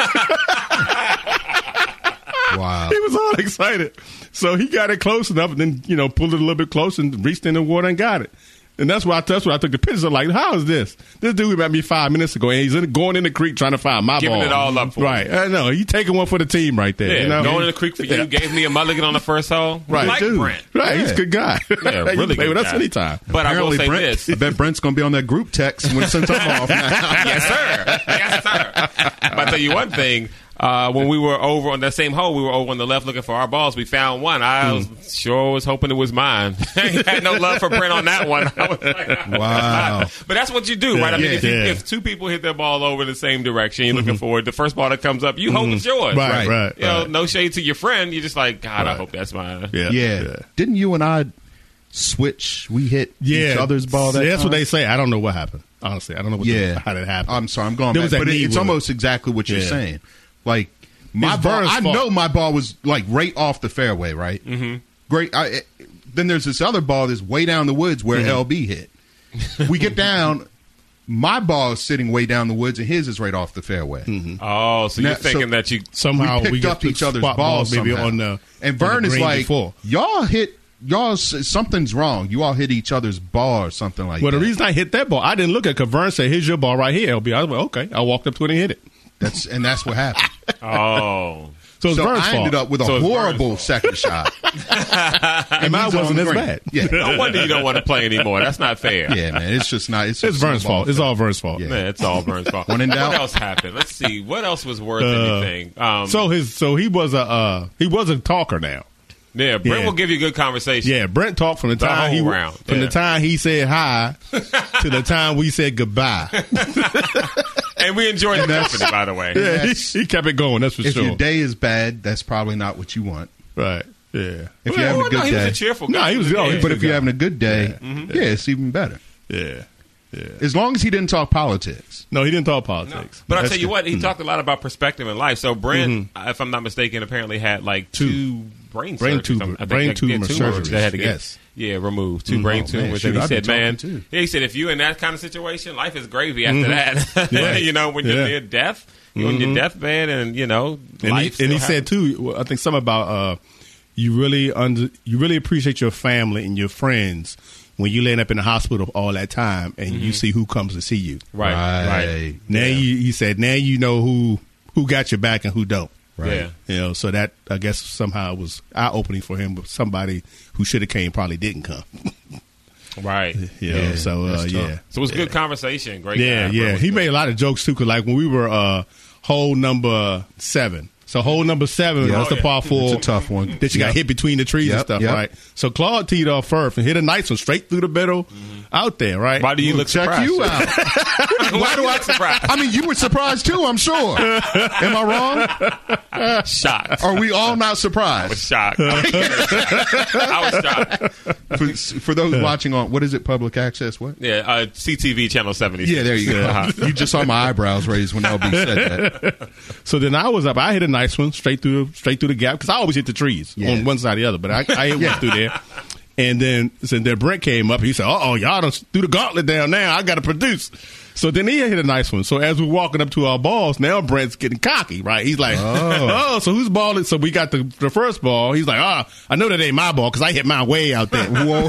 Speaker 2: wow.
Speaker 3: he was all excited. So he got it close enough, and then you know pulled it a little bit close and reached in the water and got it. And that's why I, that's why I took the pictures. I'm like, how is this? This dude met me five minutes ago, and he's in, going in the creek trying to find my
Speaker 1: Giving
Speaker 3: ball.
Speaker 1: it all up for
Speaker 3: right? I know he taking one for the team right there.
Speaker 1: Yeah,
Speaker 3: you know?
Speaker 1: going in the creek for you.
Speaker 3: Yeah.
Speaker 1: Gave me a mulligan on the first hole.
Speaker 3: Right,
Speaker 1: like
Speaker 3: dude.
Speaker 1: Brent.
Speaker 3: Right, he's a good guy.
Speaker 1: Yeah,
Speaker 3: You
Speaker 1: really
Speaker 3: play
Speaker 1: good
Speaker 3: with us
Speaker 1: guy.
Speaker 3: anytime.
Speaker 1: But I will
Speaker 2: Apparently
Speaker 1: say
Speaker 2: Brent,
Speaker 1: this.
Speaker 2: I bet Brent's going to be on that group text when since I'm off.
Speaker 1: yes, sir. Yes, sir. But I'll tell you one thing. Uh, when we were over on that same hole, we were over on the left looking for our balls. We found one. I
Speaker 3: Hmm.
Speaker 1: was, sure was hoping it was mine. I had no love for Brent on that one. I was like,
Speaker 2: Wow.
Speaker 1: But that's what you do, right? I mean,
Speaker 2: Yeah,
Speaker 1: if, you,
Speaker 3: yeah. Mm-hmm.
Speaker 1: if two people hit their ball over the same direction, you're looking forward. The first ball that comes up, you hope it's yours.
Speaker 3: Right,
Speaker 2: Right.
Speaker 3: right,
Speaker 1: You know,
Speaker 3: right.
Speaker 1: no shade to your friend. You're just like, God, I hope that's mine.
Speaker 3: Yeah,
Speaker 2: yeah.
Speaker 3: yeah.
Speaker 2: Didn't you and I switch? We hit
Speaker 3: Yeah.
Speaker 2: each other's ball. That
Speaker 3: that's what
Speaker 2: time?
Speaker 3: they say. I don't know what happened. Honestly, I don't know what
Speaker 2: Yeah,
Speaker 3: the, how that happened.
Speaker 2: I'm sorry, I'm going
Speaker 3: There
Speaker 2: back,
Speaker 3: was that
Speaker 2: but it-
Speaker 3: knee
Speaker 2: it's
Speaker 3: wound.
Speaker 2: almost exactly what you're
Speaker 3: Yeah.
Speaker 2: saying. Like my
Speaker 3: It's
Speaker 2: ball,
Speaker 3: Vern's
Speaker 2: I
Speaker 3: fault.
Speaker 2: know my ball was like right off the fairway, right? Mm-hmm. Great. I, it- then there's this other ball that's way down the woods
Speaker 3: Mm-hmm.
Speaker 2: where LB hit. We get down. My ball is sitting way down the woods, and his is right off the fairway.
Speaker 1: Oh, so you're
Speaker 2: Now- so-
Speaker 1: thinking that you.
Speaker 3: Mm-hmm. somehow
Speaker 2: we
Speaker 3: we,
Speaker 2: picked
Speaker 3: get
Speaker 2: up
Speaker 3: to
Speaker 2: each other's
Speaker 3: spot
Speaker 2: balls,
Speaker 3: maybe
Speaker 2: somehow.
Speaker 3: on the
Speaker 2: and
Speaker 3: on the
Speaker 2: Vern is
Speaker 3: green
Speaker 2: like,
Speaker 3: before.
Speaker 2: y'all hit y'all s- something's wrong. You all hit each other's ball or something like
Speaker 3: Well,
Speaker 2: that.
Speaker 3: the reason I hit that ball, I didn't look at it. 'cause Vern said, "Here's your ball right here." LB, I was like, "Okay." I walked up to it and hit it.
Speaker 2: that's and that's what happened.
Speaker 1: Oh.
Speaker 3: So it's
Speaker 2: so
Speaker 3: Vern's
Speaker 2: I
Speaker 3: fault.
Speaker 2: ended up with a
Speaker 1: So it's Vern's
Speaker 2: horrible
Speaker 1: fault.
Speaker 2: second shot.
Speaker 3: and mine
Speaker 2: He's on
Speaker 3: wasn't
Speaker 2: the
Speaker 3: as
Speaker 2: green.
Speaker 3: bad.
Speaker 2: Yeah,
Speaker 1: No wonder you don't want to play anymore. That's not fair.
Speaker 2: yeah, man. It's just not. It's, just
Speaker 3: It's Vern's
Speaker 2: snowball
Speaker 3: fault. It's all Vern's fault.
Speaker 2: Yeah.
Speaker 1: Man, it's all Burns' fault.
Speaker 2: When in doubt.
Speaker 1: What else happened? Let's see. What else was worth
Speaker 3: Uh,
Speaker 1: anything? Um,
Speaker 3: So his so he was a uh, he was a talker now.
Speaker 1: Yeah, Brent
Speaker 3: Yeah.
Speaker 1: will give you good conversation.
Speaker 3: Yeah, Brent talked from the
Speaker 1: The
Speaker 3: time
Speaker 1: whole
Speaker 3: he
Speaker 1: round, yeah.
Speaker 3: from the time he said hi to the time we said goodbye.
Speaker 1: And we enjoy the company, by the way.
Speaker 3: Yeah, he,
Speaker 2: Yes.
Speaker 3: he kept it going. That's for
Speaker 2: If
Speaker 3: sure.
Speaker 2: your day is bad, that's probably not what you want.
Speaker 3: right. Yeah.
Speaker 2: If you're having a
Speaker 1: no,
Speaker 2: good
Speaker 1: he was
Speaker 2: day,
Speaker 1: a cheerful
Speaker 3: No,
Speaker 1: guy.
Speaker 3: he was- oh, he
Speaker 1: yeah.
Speaker 3: was-
Speaker 2: but if you're having a good day, yeah, it's even better.
Speaker 3: Yeah. Yeah.
Speaker 2: As long as he didn't talk politics.
Speaker 3: No, he didn't talk politics.
Speaker 1: But I'll
Speaker 3: That's
Speaker 1: tell you
Speaker 3: good. Mm-hmm.
Speaker 1: what, he talked a lot about perspective in life. So Brent, uh, if I'm not mistaken, apparently had like two, brain
Speaker 3: Brain
Speaker 1: surgeries.
Speaker 3: tumor-
Speaker 1: I think
Speaker 3: brain
Speaker 1: they- yeah,
Speaker 3: tumor
Speaker 1: tumors
Speaker 3: surgeries,
Speaker 1: They had to get,
Speaker 3: yes. Mm-hmm.
Speaker 1: yeah, removed 2 brain
Speaker 2: Oh, man,
Speaker 1: tumors.
Speaker 2: shoot,
Speaker 1: and he
Speaker 2: I've been
Speaker 1: said, man,
Speaker 2: talking too.
Speaker 1: yeah, he said, if you in that kind of situation, life is gravy after that.
Speaker 3: Mm-hmm. Yeah.
Speaker 1: you know, when you're
Speaker 3: Yeah. Mm-hmm.
Speaker 1: near death, you're on your deathbed, and you know,
Speaker 3: and
Speaker 1: life.
Speaker 3: he, and he
Speaker 1: still
Speaker 3: said too. well, I think something about uh, you really under you really appreciate your family and your friends when you laying up in the hospital all that time and you see who comes to see you.
Speaker 1: Mm-hmm. Right, right.
Speaker 3: Now you, he said, now you know who who got your back and who don't.
Speaker 2: Right.
Speaker 1: Yeah.
Speaker 3: You know, so that I guess somehow was eye opening for him. But somebody who should have came probably didn't come.
Speaker 1: Right.
Speaker 3: You know,
Speaker 2: Yeah,
Speaker 3: so uh,
Speaker 2: that's tough.
Speaker 3: yeah,
Speaker 1: So it was a good conversation. Great. guy.
Speaker 3: yeah,
Speaker 1: Brent
Speaker 3: yeah.
Speaker 1: was
Speaker 3: He
Speaker 1: good.
Speaker 3: made a lot of jokes too. Cause like when we were uh, hole number seven, so hole number seven
Speaker 2: Yeah.
Speaker 3: that's
Speaker 1: Oh,
Speaker 3: the
Speaker 1: yeah.
Speaker 3: par four.
Speaker 2: It's a tough one.
Speaker 3: that you
Speaker 2: Yep.
Speaker 3: got hit between the trees and
Speaker 2: Yep,
Speaker 3: stuff,
Speaker 2: yep.
Speaker 3: right? So Claude teed off first and hit a nice one straight through the middle out there, right?
Speaker 1: Mm-hmm. Why do you look
Speaker 2: Check
Speaker 1: surprised?
Speaker 2: you out.
Speaker 1: Why do I look surprised?
Speaker 2: I mean, you were surprised too, I'm sure. Am I wrong?
Speaker 1: Shocked.
Speaker 2: Are we all not surprised?
Speaker 1: Shocked.
Speaker 3: Uh-huh.
Speaker 1: I was shocked.
Speaker 2: For, for those watching on, what is it, public access? What?
Speaker 1: Yeah, uh, CTV channel seventy.
Speaker 2: Yeah, there you go.
Speaker 1: Uh-huh.
Speaker 2: You just saw my eyebrows raised when LB said that.
Speaker 3: So then I was up. I hit a nice one straight through straight through the gap because I always hit the trees
Speaker 2: Yeah.
Speaker 3: on one side or the other, but I, I hit one through there. And then so then Brent came up. He said, "Uh oh, y'all don't do the gauntlet down now. I got to produce." So then he hit a nice one. So as we're walking up to our balls, now Brent's getting cocky, right? He's like, "Oh, so who's ball is?" So we got the the first ball. He's like, "Ah, I know that ain't my ball because I hit mine way out there."
Speaker 2: Whoa.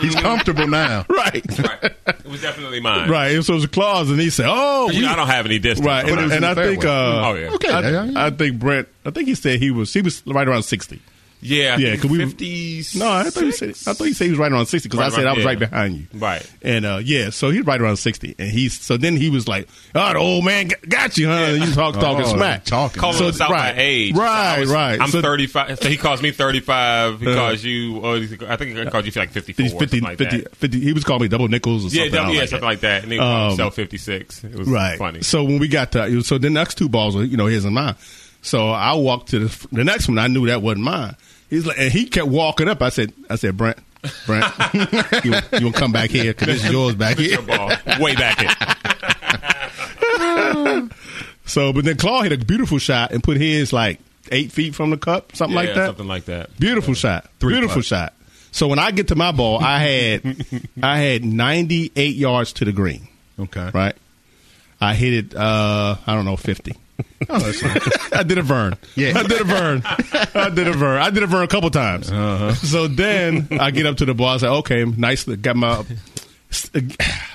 Speaker 2: He's comfortable now.
Speaker 3: right,
Speaker 1: right. It was definitely mine.
Speaker 3: right. And so it was Claus, and he said, "Oh,
Speaker 1: You
Speaker 3: we-
Speaker 1: know, I don't have any distance.
Speaker 3: Right,
Speaker 1: I'm
Speaker 3: and,
Speaker 1: not-
Speaker 3: and
Speaker 2: in
Speaker 3: I
Speaker 2: the
Speaker 3: think
Speaker 2: fairway.
Speaker 3: uh,
Speaker 1: Oh, yeah.
Speaker 3: okay. I, I think Brent. I think he said he was he was right around sixty.
Speaker 1: yeah,
Speaker 3: yeah, 'cause we-
Speaker 1: fifty.
Speaker 3: No, I thought he said I thought he said he was right around sixty because
Speaker 1: Right
Speaker 3: I said
Speaker 1: around-
Speaker 3: I was
Speaker 1: yeah.
Speaker 3: right behind you.
Speaker 1: Right.
Speaker 3: and uh, yeah, so he's right around sixty, and he's so then he was like, "Oh, the old man g- got you, huh?" And you talk talking
Speaker 2: Oh,
Speaker 3: smack,
Speaker 2: talking.
Speaker 1: Calling
Speaker 3: So,
Speaker 1: us out
Speaker 3: right,
Speaker 1: by age.
Speaker 3: right,
Speaker 1: I was-
Speaker 3: right.
Speaker 1: I'm
Speaker 3: So- Uh-huh.
Speaker 1: 35. So he calls me 35. He calls you. Oh, I think he called you like 54. or
Speaker 3: He's 50,
Speaker 1: something like
Speaker 3: 50,
Speaker 1: that.
Speaker 3: 50 He was calling me double nickels or
Speaker 1: Yeah,
Speaker 3: something. I don't
Speaker 1: yeah,
Speaker 3: like
Speaker 1: something
Speaker 3: that.
Speaker 1: like that. And he
Speaker 3: Um,
Speaker 1: called himself 56. It was
Speaker 3: right.
Speaker 1: funny.
Speaker 3: So when we got to so the next two balls, were, you know, his and mine. So I walked to the, the next one. I knew that wasn't mine. He's like, and he kept walking up. I said, I said, Brent, Brent, you, you gonna come back here because this is yours back here.
Speaker 1: Your ball way back in.
Speaker 3: So, but then Claw hit a beautiful shot and put his like eight feet from the cup, something like
Speaker 1: Yeah,
Speaker 3: that.
Speaker 1: Something like that.
Speaker 3: Beautiful shot. Beautiful
Speaker 2: putt.
Speaker 3: shot. So when I get to my ball, I had I had 98 yards to the green.
Speaker 2: Okay.
Speaker 3: Right. I hit it. Uh, I don't know, 50.
Speaker 2: Oh, that's not-
Speaker 3: I did a Vern.
Speaker 2: Yeah.
Speaker 3: I did a Vern. I did a Vern. I did a Vern a couple times. So then I get up to the ball. I said, okay, nice. Got my.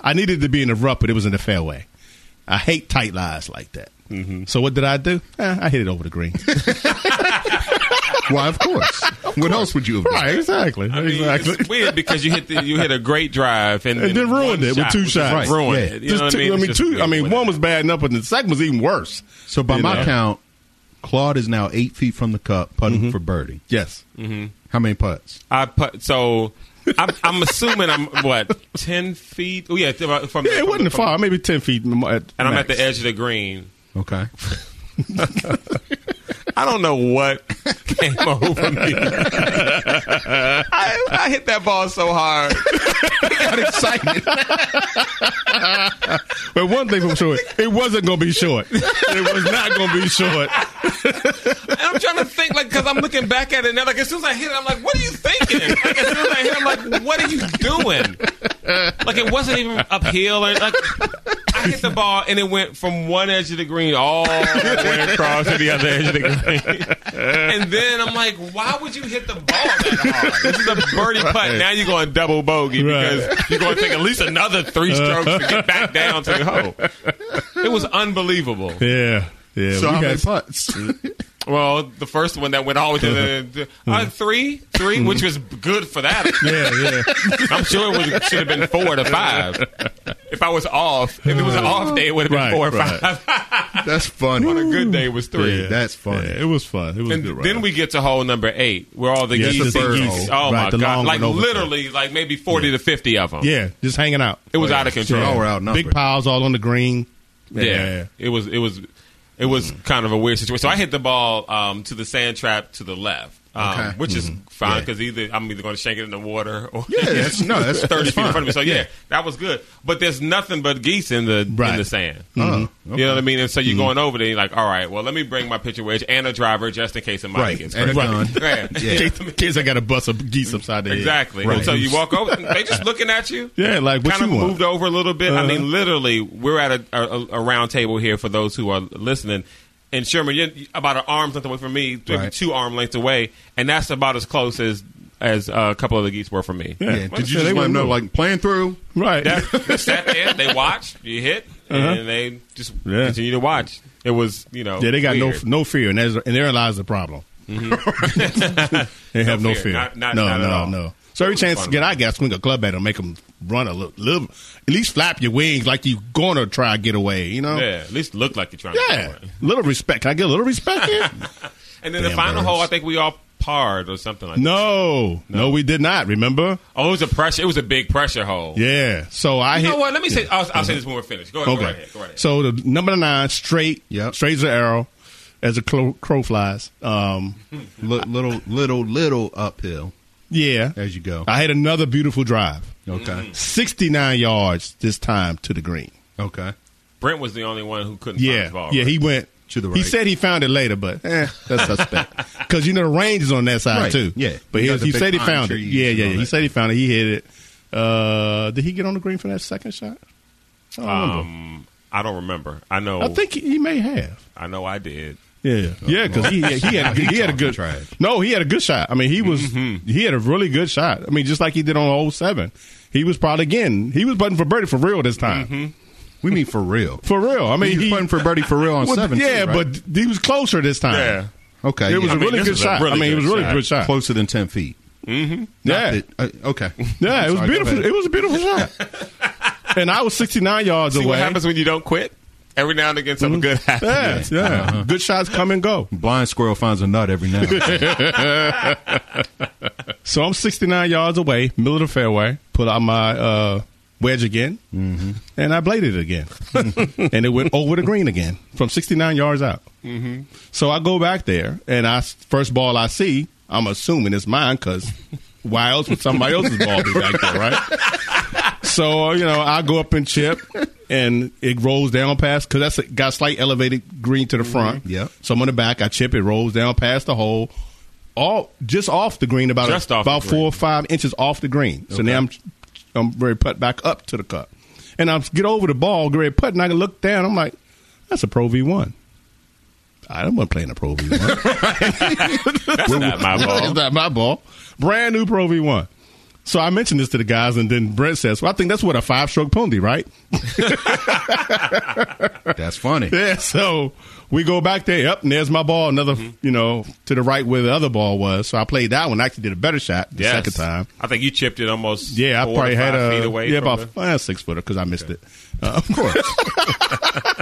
Speaker 3: I needed to be in the rough, but it was in the fairway. I hate tight lies like that. So what did I do? Eh, I hit it over the green.
Speaker 2: Why, of course. what else would you have done?
Speaker 3: right, exactly,
Speaker 1: I mean,
Speaker 3: exactly.
Speaker 1: It's weird because you hit the, you hit a great drive and,
Speaker 3: And then ruined
Speaker 1: one
Speaker 3: it with
Speaker 1: shot,
Speaker 3: two
Speaker 1: which is
Speaker 3: shots.
Speaker 1: Ruined
Speaker 2: Yeah.
Speaker 1: it. You
Speaker 3: Just
Speaker 1: know what I
Speaker 3: two-
Speaker 1: mean?
Speaker 3: I
Speaker 1: It's
Speaker 3: mean,
Speaker 1: just
Speaker 3: two. I
Speaker 1: weird,
Speaker 3: mean,
Speaker 1: whatever.
Speaker 3: one was bad enough, but the second was even worse.
Speaker 2: So, by
Speaker 3: You
Speaker 2: my
Speaker 3: know?
Speaker 2: count, Claude is now eight feet from the cup, putting
Speaker 3: Mm-hmm.
Speaker 2: for birdie.
Speaker 3: Yes,
Speaker 1: Mm-hmm.
Speaker 2: How many putts?
Speaker 1: I put so. I'm, I'm assuming I'm what ten feet. Oh yeah, th- about- from
Speaker 3: yeah, it
Speaker 1: from-
Speaker 3: wasn't
Speaker 1: from-
Speaker 3: far, maybe ten feet. And
Speaker 1: And I'm at the edge of the green.
Speaker 2: Okay.
Speaker 1: I don't know what came over me. I, I hit that ball so hard.
Speaker 2: Got excited.
Speaker 3: But one thing for sure, it wasn't going to be short. It was not going to be short.
Speaker 1: And I'm trying to think, like, because I'm looking back at it now. Like, as soon as I hit it, I'm like, what are you thinking? Like, as soon as I hit it, I'm like, what are you doing? Like, it wasn't even uphill. Or, like, I hit the ball, and it went from one edge of the green all the way across to the other edge of the green. And then I'm like, why would you hit the ball that hard? This is a birdie putt. Now you're going double bogey because you're going to take at least another three strokes to get back down to the hole. It was unbelievable.
Speaker 3: Yeah, yeah.
Speaker 2: so,
Speaker 3: we
Speaker 2: how many
Speaker 3: had-
Speaker 2: putts?
Speaker 1: Well, the first one that went all the way uh, three, three, which was good for that.
Speaker 3: Mm-hmm. yeah, yeah.
Speaker 1: I'm sure it was, should have been four to five. If I was off, if it was an off day, it would have been
Speaker 3: Right,
Speaker 1: four or
Speaker 3: right.
Speaker 1: five.
Speaker 2: That's funny.
Speaker 1: On a good day, it was three.
Speaker 2: Yeah, that's funny.
Speaker 3: Yeah, it was fun. It was a
Speaker 1: And
Speaker 3: good.
Speaker 1: then
Speaker 3: ride.
Speaker 1: we get to hole number eight, where all the
Speaker 3: Yes,
Speaker 1: geese,
Speaker 3: the
Speaker 1: and
Speaker 3: bird
Speaker 1: geese.
Speaker 3: hole.
Speaker 1: Oh
Speaker 3: Right, the
Speaker 1: my
Speaker 3: long
Speaker 1: god!
Speaker 3: one
Speaker 1: Like
Speaker 3: over there.
Speaker 1: literally, like maybe forty to fifty of them.
Speaker 3: yeah, just hanging out.
Speaker 1: it was out of control.
Speaker 2: Y'all were outnumbered.
Speaker 3: Big piles all on the green.
Speaker 1: Yeah. It was it was it was
Speaker 3: Mm-hmm.
Speaker 1: kind of a weird situation. So I hit the ball um, to the sand trap to the left. Um,
Speaker 2: Okay.
Speaker 1: Which is
Speaker 3: Mm-hmm.
Speaker 1: fine because either I'm either going to shank it in the water or
Speaker 2: Yeah, that's- no, that's-
Speaker 1: thirty
Speaker 2: that's
Speaker 1: feet in front of me. So yeah,
Speaker 2: Yeah.
Speaker 1: that was good. But there's nothing but geese in the in
Speaker 3: Right. Mm-hmm.
Speaker 1: the sand.
Speaker 2: Oh,
Speaker 1: You know what I mean? And so you're going over there, you're like, all right, well, let me bring my pitcher wedge and a driver just in case somebody
Speaker 2: Right,
Speaker 1: gets
Speaker 2: and a
Speaker 1: hurt.
Speaker 2: gun.
Speaker 1: Yeah.
Speaker 3: In
Speaker 2: Yeah.
Speaker 3: case- in case I got a bus of geese upside the head.
Speaker 1: Exactly.
Speaker 3: Right.
Speaker 1: And so you walk over, and they just looking at you.
Speaker 3: Yeah, like, what
Speaker 1: kind of
Speaker 3: you want?
Speaker 1: moved over a little bit. I
Speaker 3: Uh-huh.
Speaker 1: mean, literally, we're at a, a, a round table here for those who are listening. And Sherman, you're about an arm's length away from me, maybe
Speaker 2: Right.
Speaker 1: two arm lengths away, and that's about as close as as uh, a couple of the geese were for me.
Speaker 3: Yeah.
Speaker 2: Yeah,
Speaker 3: Like I
Speaker 2: Did you
Speaker 3: said,
Speaker 2: just
Speaker 3: they
Speaker 2: let them
Speaker 3: wouldn't
Speaker 2: know,
Speaker 3: move.
Speaker 2: like, playing through?
Speaker 3: right?
Speaker 1: That- they sat there, they watched, you hit, and they just
Speaker 3: Uh-huh. Yeah.
Speaker 1: continue to watch. It was, you know,
Speaker 3: Yeah, they got
Speaker 1: Oh, weird. Mm-hmm.
Speaker 3: no no fear, and, there's, and therein lies the problem. they have no
Speaker 1: fear.
Speaker 3: fear.
Speaker 1: Not- not-
Speaker 3: no,
Speaker 1: not at
Speaker 3: no,
Speaker 1: all.
Speaker 3: no. So every chance to get, I got swing a club at them, make them run a little, little, at least flap your wings like you gonna try to get away. You know?
Speaker 1: Yeah, at least look like you're trying
Speaker 3: Yeah.
Speaker 1: to.
Speaker 3: Little respect. Can I get a little respect here?
Speaker 1: And then the
Speaker 3: Damn
Speaker 1: final hole, I
Speaker 3: birds.
Speaker 1: think we all parred or something like that.
Speaker 3: no, no, we did not. Remember?
Speaker 1: Oh, it was a pressure. It was a big pressure hole.
Speaker 3: Yeah. So I
Speaker 1: You
Speaker 3: hit.
Speaker 1: know what? Let me say. I'll, I'll say this when we're finished. Go ahead. Go right
Speaker 3: Okay.
Speaker 1: ahead. Go right ahead.
Speaker 3: So the number nine straight,
Speaker 2: Yep.
Speaker 3: straight as an arrow, as a crow, crow flies. Um,
Speaker 2: Li- little, little, little uphill
Speaker 3: yeah.
Speaker 2: as you go.
Speaker 3: I had another beautiful drive,
Speaker 2: Okay.
Speaker 3: 69 yards this time to the green.
Speaker 2: Okay.
Speaker 1: Brent was the only one who couldn't find
Speaker 3: Yeah,
Speaker 1: his ball.
Speaker 3: yeah.
Speaker 1: right?
Speaker 3: He went
Speaker 2: To the
Speaker 3: He
Speaker 2: right.
Speaker 3: said he found it later, but eh, that's suspect because you know the range is on that side
Speaker 2: Right,
Speaker 3: too.
Speaker 2: yeah.
Speaker 3: but
Speaker 2: You
Speaker 3: he,
Speaker 2: got the
Speaker 3: he
Speaker 2: big
Speaker 3: said he
Speaker 2: pine
Speaker 3: found it.
Speaker 2: trees
Speaker 3: Yeah,
Speaker 2: and
Speaker 3: yeah.
Speaker 2: all
Speaker 3: He
Speaker 2: that.
Speaker 3: said he found it. He hit it. Uh, did he get on the green for that second shot? I don't remember.
Speaker 1: Um, I don't remember. I know.
Speaker 3: I think he, he may have.
Speaker 1: I know. I did.
Speaker 3: Yeah, yeah, because he, he had a good, he had a good
Speaker 2: tried.
Speaker 3: no, he had a good shot. I mean, he was
Speaker 1: Mm-hmm.
Speaker 3: he had a really good shot. I mean, just like he did on 07. he was probably again he was butting for birdie for real this time
Speaker 1: Mm-hmm.
Speaker 2: We mean for real.
Speaker 3: for real. I mean,
Speaker 2: He was
Speaker 3: he
Speaker 2: putting for birdie for real on
Speaker 3: Well,
Speaker 2: seven.
Speaker 3: Yeah,
Speaker 2: too, right?
Speaker 3: but he was closer this time.
Speaker 2: okay,
Speaker 3: It was
Speaker 2: yeah.
Speaker 3: a
Speaker 1: mean,
Speaker 3: really
Speaker 1: this
Speaker 3: good
Speaker 1: is a
Speaker 3: shot.
Speaker 1: really
Speaker 3: I mean, it was
Speaker 1: good
Speaker 3: a really
Speaker 1: shot.
Speaker 3: good shot.
Speaker 2: closer than ten feet. Not
Speaker 3: Yeah.
Speaker 2: that- uh, okay.
Speaker 3: Yeah, it
Speaker 2: Sorry,
Speaker 3: was
Speaker 2: go
Speaker 3: beautiful.
Speaker 2: ahead.
Speaker 3: It was a beautiful shot. and I was 69 yards
Speaker 1: See
Speaker 3: away. Mm-hmm.
Speaker 1: what happens when you don't quit? Every now and again, something good happens.
Speaker 3: Yeah, yeah.
Speaker 2: uh-huh.
Speaker 3: Good shots come and go.
Speaker 2: Blind squirrel finds a nut every now. and then.
Speaker 3: So I'm 69 yards away, middle of the fairway, put out my uh, wedge again, and I bladed it again. and it went over the green again from 69 yards out. Mm-hmm. So I go back there, and I first ball I see, I'm assuming it's mine because why else would somebody else's ball be back there, right? So uh, you know, I go up and chip, and it rolls down past because that's a, got slight elevated green to the front.
Speaker 2: Yep.
Speaker 3: So I'm on the back. I chip. It rolls down past the hole, all just off the green, about
Speaker 1: Just off the
Speaker 3: about
Speaker 1: green.
Speaker 3: four or five inches off the green. So now I'm I'm very put back up to the cup, and I get over the ball, great putt, and I can look down. I'm like, that's a pro V one. I don't want playing a pro V one.
Speaker 1: That's not my
Speaker 3: it's
Speaker 1: ball.
Speaker 3: not my ball. Brand new Pro V1. So I mentioned this to the guys, and then Brent says, "Well, I think that's what a five-stroke pundi, right?"
Speaker 2: That's funny.
Speaker 3: Yeah. So we go back there. Yep. And there's my ball. Another,
Speaker 1: Mm-hmm.
Speaker 3: you know, to the right where the other ball was. So I played that one. Actually, did a better shot the
Speaker 1: Yes.
Speaker 3: second time.
Speaker 1: I think you chipped it almost.
Speaker 3: Yeah, I
Speaker 1: four
Speaker 3: probably
Speaker 1: to
Speaker 3: had
Speaker 1: five
Speaker 3: a
Speaker 1: feet away.
Speaker 3: yeah
Speaker 1: from
Speaker 3: about
Speaker 1: the-
Speaker 3: uh, six footer because I missed it. Uh, of course,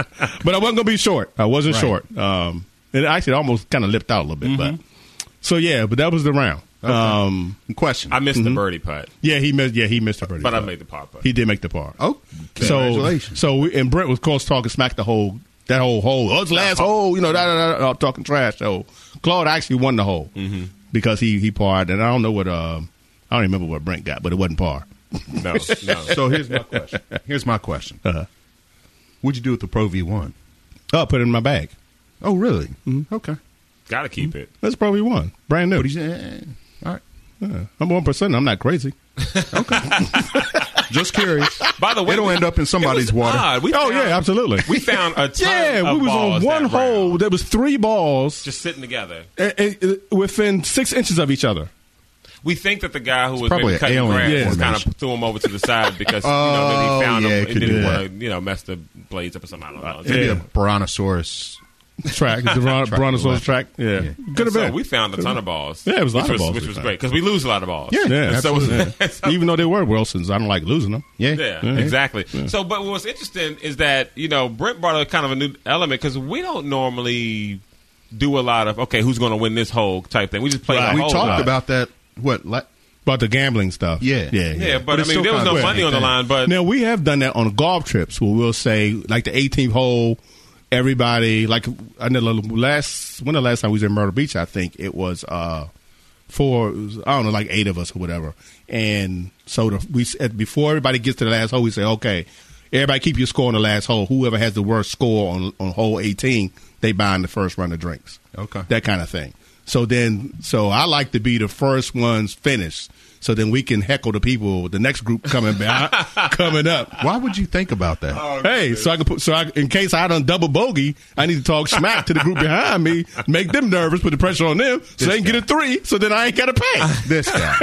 Speaker 3: but I wasn't gonna be short. I wasn't
Speaker 2: Right.
Speaker 3: short. Um, it actually almost kind of lipped out a little bit,
Speaker 1: Mm-hmm.
Speaker 3: but so yeah. But that was the round. Um,
Speaker 2: Question.
Speaker 1: I missed the birdie putt,
Speaker 3: yeah, he missed. Yeah, he missed the birdie.
Speaker 1: but I
Speaker 3: putt.
Speaker 1: made the par putt.
Speaker 3: He did make the par.
Speaker 2: oh,
Speaker 3: so
Speaker 2: congratulations.
Speaker 3: so we, and Brent was of course talking smack the whole that whole hole. Oh, it's the last hole, you know, da da da, da, talking trash. So Claude actually won the hole
Speaker 1: Mm-hmm.
Speaker 3: because he he parred, and I don't know what um I don't remember what Brent got, but it wasn't par.
Speaker 1: No, no.
Speaker 2: So here's my question. Here's my question.
Speaker 3: Uh-huh.
Speaker 2: What'd you do with the Pro V one?
Speaker 3: Oh, I put it in my bag.
Speaker 2: Oh, really? Okay.
Speaker 1: Gotta keep it.
Speaker 3: That's probably one brand new.
Speaker 2: What do you say? All right.
Speaker 3: Yeah. I'm one percent. I'm not crazy.
Speaker 2: Just curious.
Speaker 1: By the way,
Speaker 2: It'll
Speaker 1: we-
Speaker 2: end up in somebody's
Speaker 1: it was
Speaker 2: water.
Speaker 1: odd. We
Speaker 3: oh
Speaker 1: found-
Speaker 3: yeah, absolutely.
Speaker 1: We found a ton
Speaker 3: yeah.
Speaker 1: of
Speaker 3: We was on
Speaker 1: balls
Speaker 3: one
Speaker 1: that
Speaker 3: hole.
Speaker 1: round,
Speaker 3: There was three balls
Speaker 1: just sitting together.
Speaker 3: a- a- a- within six inches of each other.
Speaker 1: We think that the guy who was
Speaker 2: probably
Speaker 1: maybe
Speaker 2: an
Speaker 1: cutting
Speaker 2: alien
Speaker 1: grass just
Speaker 3: Yeah.
Speaker 1: kind
Speaker 2: formation.
Speaker 1: of threw him over to the side because you know that
Speaker 2: Oh,
Speaker 1: he found
Speaker 2: yeah,
Speaker 1: him
Speaker 2: it
Speaker 1: and
Speaker 2: could
Speaker 1: didn't
Speaker 2: do
Speaker 1: want to you know mess the blades up or something. I don't know.
Speaker 2: Maybe
Speaker 3: Yeah.
Speaker 2: a Brontosaurus
Speaker 3: track, the Bron- Brontosaurus track. Yeah, could have
Speaker 1: so
Speaker 3: been.
Speaker 1: we found a ton of balls.
Speaker 3: Yeah, it was a lot
Speaker 1: which
Speaker 3: of balls
Speaker 1: which
Speaker 3: we
Speaker 1: was
Speaker 3: found.
Speaker 1: great because we lose a lot of balls.
Speaker 3: yeah, yeah,
Speaker 1: So it was-
Speaker 3: absolutely.
Speaker 1: so-
Speaker 3: Even though they were Wilsons, I don't like losing them.
Speaker 2: Yeah.
Speaker 1: Yeah,
Speaker 3: Mm-hmm.
Speaker 1: exactly. So, but what's interesting is that you know Brent brought up kind of a new element because we don't normally do a lot of okay, who's going to win this whole type thing. We just play.
Speaker 3: Right.
Speaker 1: the
Speaker 2: We
Speaker 1: whole
Speaker 2: talked
Speaker 1: lot.
Speaker 2: about that. What? La-
Speaker 3: About the gambling stuff.
Speaker 2: Yeah.
Speaker 3: yeah,
Speaker 1: yeah, but,
Speaker 2: But
Speaker 1: I
Speaker 2: it's
Speaker 1: mean
Speaker 2: still
Speaker 1: there was
Speaker 2: kind
Speaker 1: no
Speaker 2: of
Speaker 1: money
Speaker 2: the
Speaker 1: on the
Speaker 2: same
Speaker 1: line. But
Speaker 3: now we have done that on golf trips where we'll say like the 18th hole, everybody like I know the last when the last time we was in Myrtle Beach, I think it was uh four, it was, I don't know, like eight of us or whatever. And so the, we said before everybody gets to the last hole, we say okay, everybody keep your score on the last hole. Whoever has the worst score on on hole 18, they buy in the first round of drinks.
Speaker 2: Okay.
Speaker 3: that kind of thing. So then, so I like to be the first ones finished. So then we can heckle the people, the next group coming back, coming up.
Speaker 2: why would you think about that?
Speaker 1: Oh,
Speaker 3: Hey, so I can put so I, in case I done double bogey, I need to talk smack to the group behind me, make them nervous, put the pressure on them, so they can get a three. So then I ain't got to pay.
Speaker 2: this guy.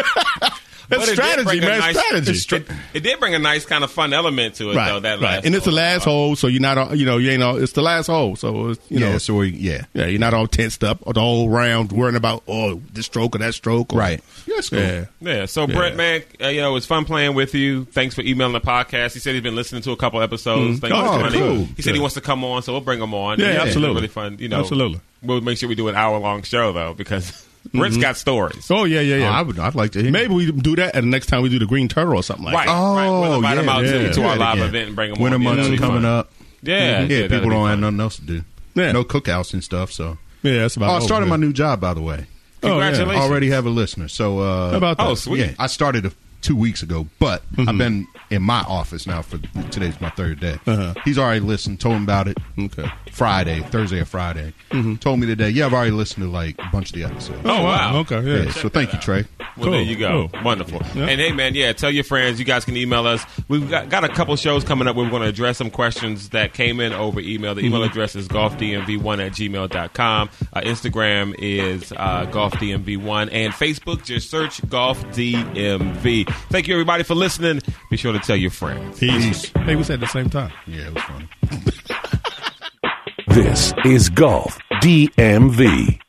Speaker 3: That's
Speaker 1: but it did
Speaker 3: strategy,
Speaker 1: bring a
Speaker 3: man.
Speaker 1: nice-
Speaker 3: strategy.
Speaker 1: It, it did bring a nice kind of fun element to it,
Speaker 3: right,
Speaker 1: though. That
Speaker 3: right.
Speaker 1: last
Speaker 3: And it's the
Speaker 1: hole. uh,
Speaker 3: last hole, so you're not, all- you know, you ain't. All, it's the last hole, so it's, you
Speaker 2: yeah,
Speaker 3: know,
Speaker 2: so we, yeah.
Speaker 3: yeah, you're not all tensed up the whole round, worrying about oh this stroke or that stroke, or,
Speaker 2: Right. Yeah, it's cool.
Speaker 3: Yeah.
Speaker 1: Yeah, so Brett, man, uh, you know, it was fun playing with you. Thanks for emailing the podcast. He said he's been listening to a couple episodes. Thanks
Speaker 3: Oh,
Speaker 1: for coming
Speaker 3: cool.
Speaker 1: in. He said he
Speaker 3: Yeah.
Speaker 1: wants to come on, so we'll bring him on.
Speaker 3: Yeah,
Speaker 1: It's been
Speaker 3: absolutely.
Speaker 1: Really fun, you know.
Speaker 3: Absolutely.
Speaker 1: We'll make sure we do an hour long show though, because Brett's got stories.
Speaker 3: Oh yeah, yeah,
Speaker 2: Oh,
Speaker 3: yeah.
Speaker 2: I would. I'd like to hear.
Speaker 3: Maybe we do that, and the next time we do the green turtle or something like
Speaker 1: Right,
Speaker 3: that.
Speaker 1: right. We'll invite him out to,
Speaker 3: oh, yeah.
Speaker 1: to our
Speaker 2: Do that
Speaker 1: live
Speaker 2: again.
Speaker 1: event and bring him
Speaker 2: Winter
Speaker 1: on. Yeah,
Speaker 2: months
Speaker 1: that'd be
Speaker 2: coming
Speaker 1: fun.
Speaker 2: up.
Speaker 1: Yeah,
Speaker 2: yeah.
Speaker 1: that'd
Speaker 2: people
Speaker 1: be
Speaker 2: don't have
Speaker 1: fun.
Speaker 2: nothing else to do.
Speaker 3: Yeah.
Speaker 2: No cookouts and stuff. So.
Speaker 3: Yeah, that's about.
Speaker 2: Oh, I
Speaker 3: over
Speaker 2: started
Speaker 3: with.
Speaker 2: my new job, by the way.
Speaker 3: Oh, yeah.
Speaker 1: Congratulations.
Speaker 2: Already have a listener. So uh,
Speaker 3: How about that? Mm-hmm.
Speaker 1: Oh, sweet.
Speaker 2: Yeah, I started a, two weeks ago, but I've been in my office now for today's my third day.
Speaker 3: Uh-huh.
Speaker 2: He's already listened, told him about it.
Speaker 3: Okay.
Speaker 2: Friday, Thursday or Friday, told me today. Yeah, I've already listened to like a bunch of the episodes.
Speaker 1: Oh, wow.
Speaker 3: Okay.
Speaker 2: Yeah,
Speaker 3: Yeah.
Speaker 2: so thank you, Trey.
Speaker 1: Well, there
Speaker 3: Cool.
Speaker 1: you go.
Speaker 3: Cool.
Speaker 1: Wonderful.
Speaker 3: Yeah.
Speaker 1: And hey, man, yeah, tell your friends. You guys can email us. We've got, got a couple shows coming up. We're going to address some questions that came in over email. The email
Speaker 3: Mm-hmm.
Speaker 1: address is golfdmv1 at gmail.com. Uh, Instagram is uh, golfdmv1. And Facebook, just search golfdmv. Thank you, everybody, for listening. Be sure to tell your friends.
Speaker 3: Peace. Hey, we said at the same time.
Speaker 2: Yeah, it was fun.
Speaker 4: This is Golf DMV.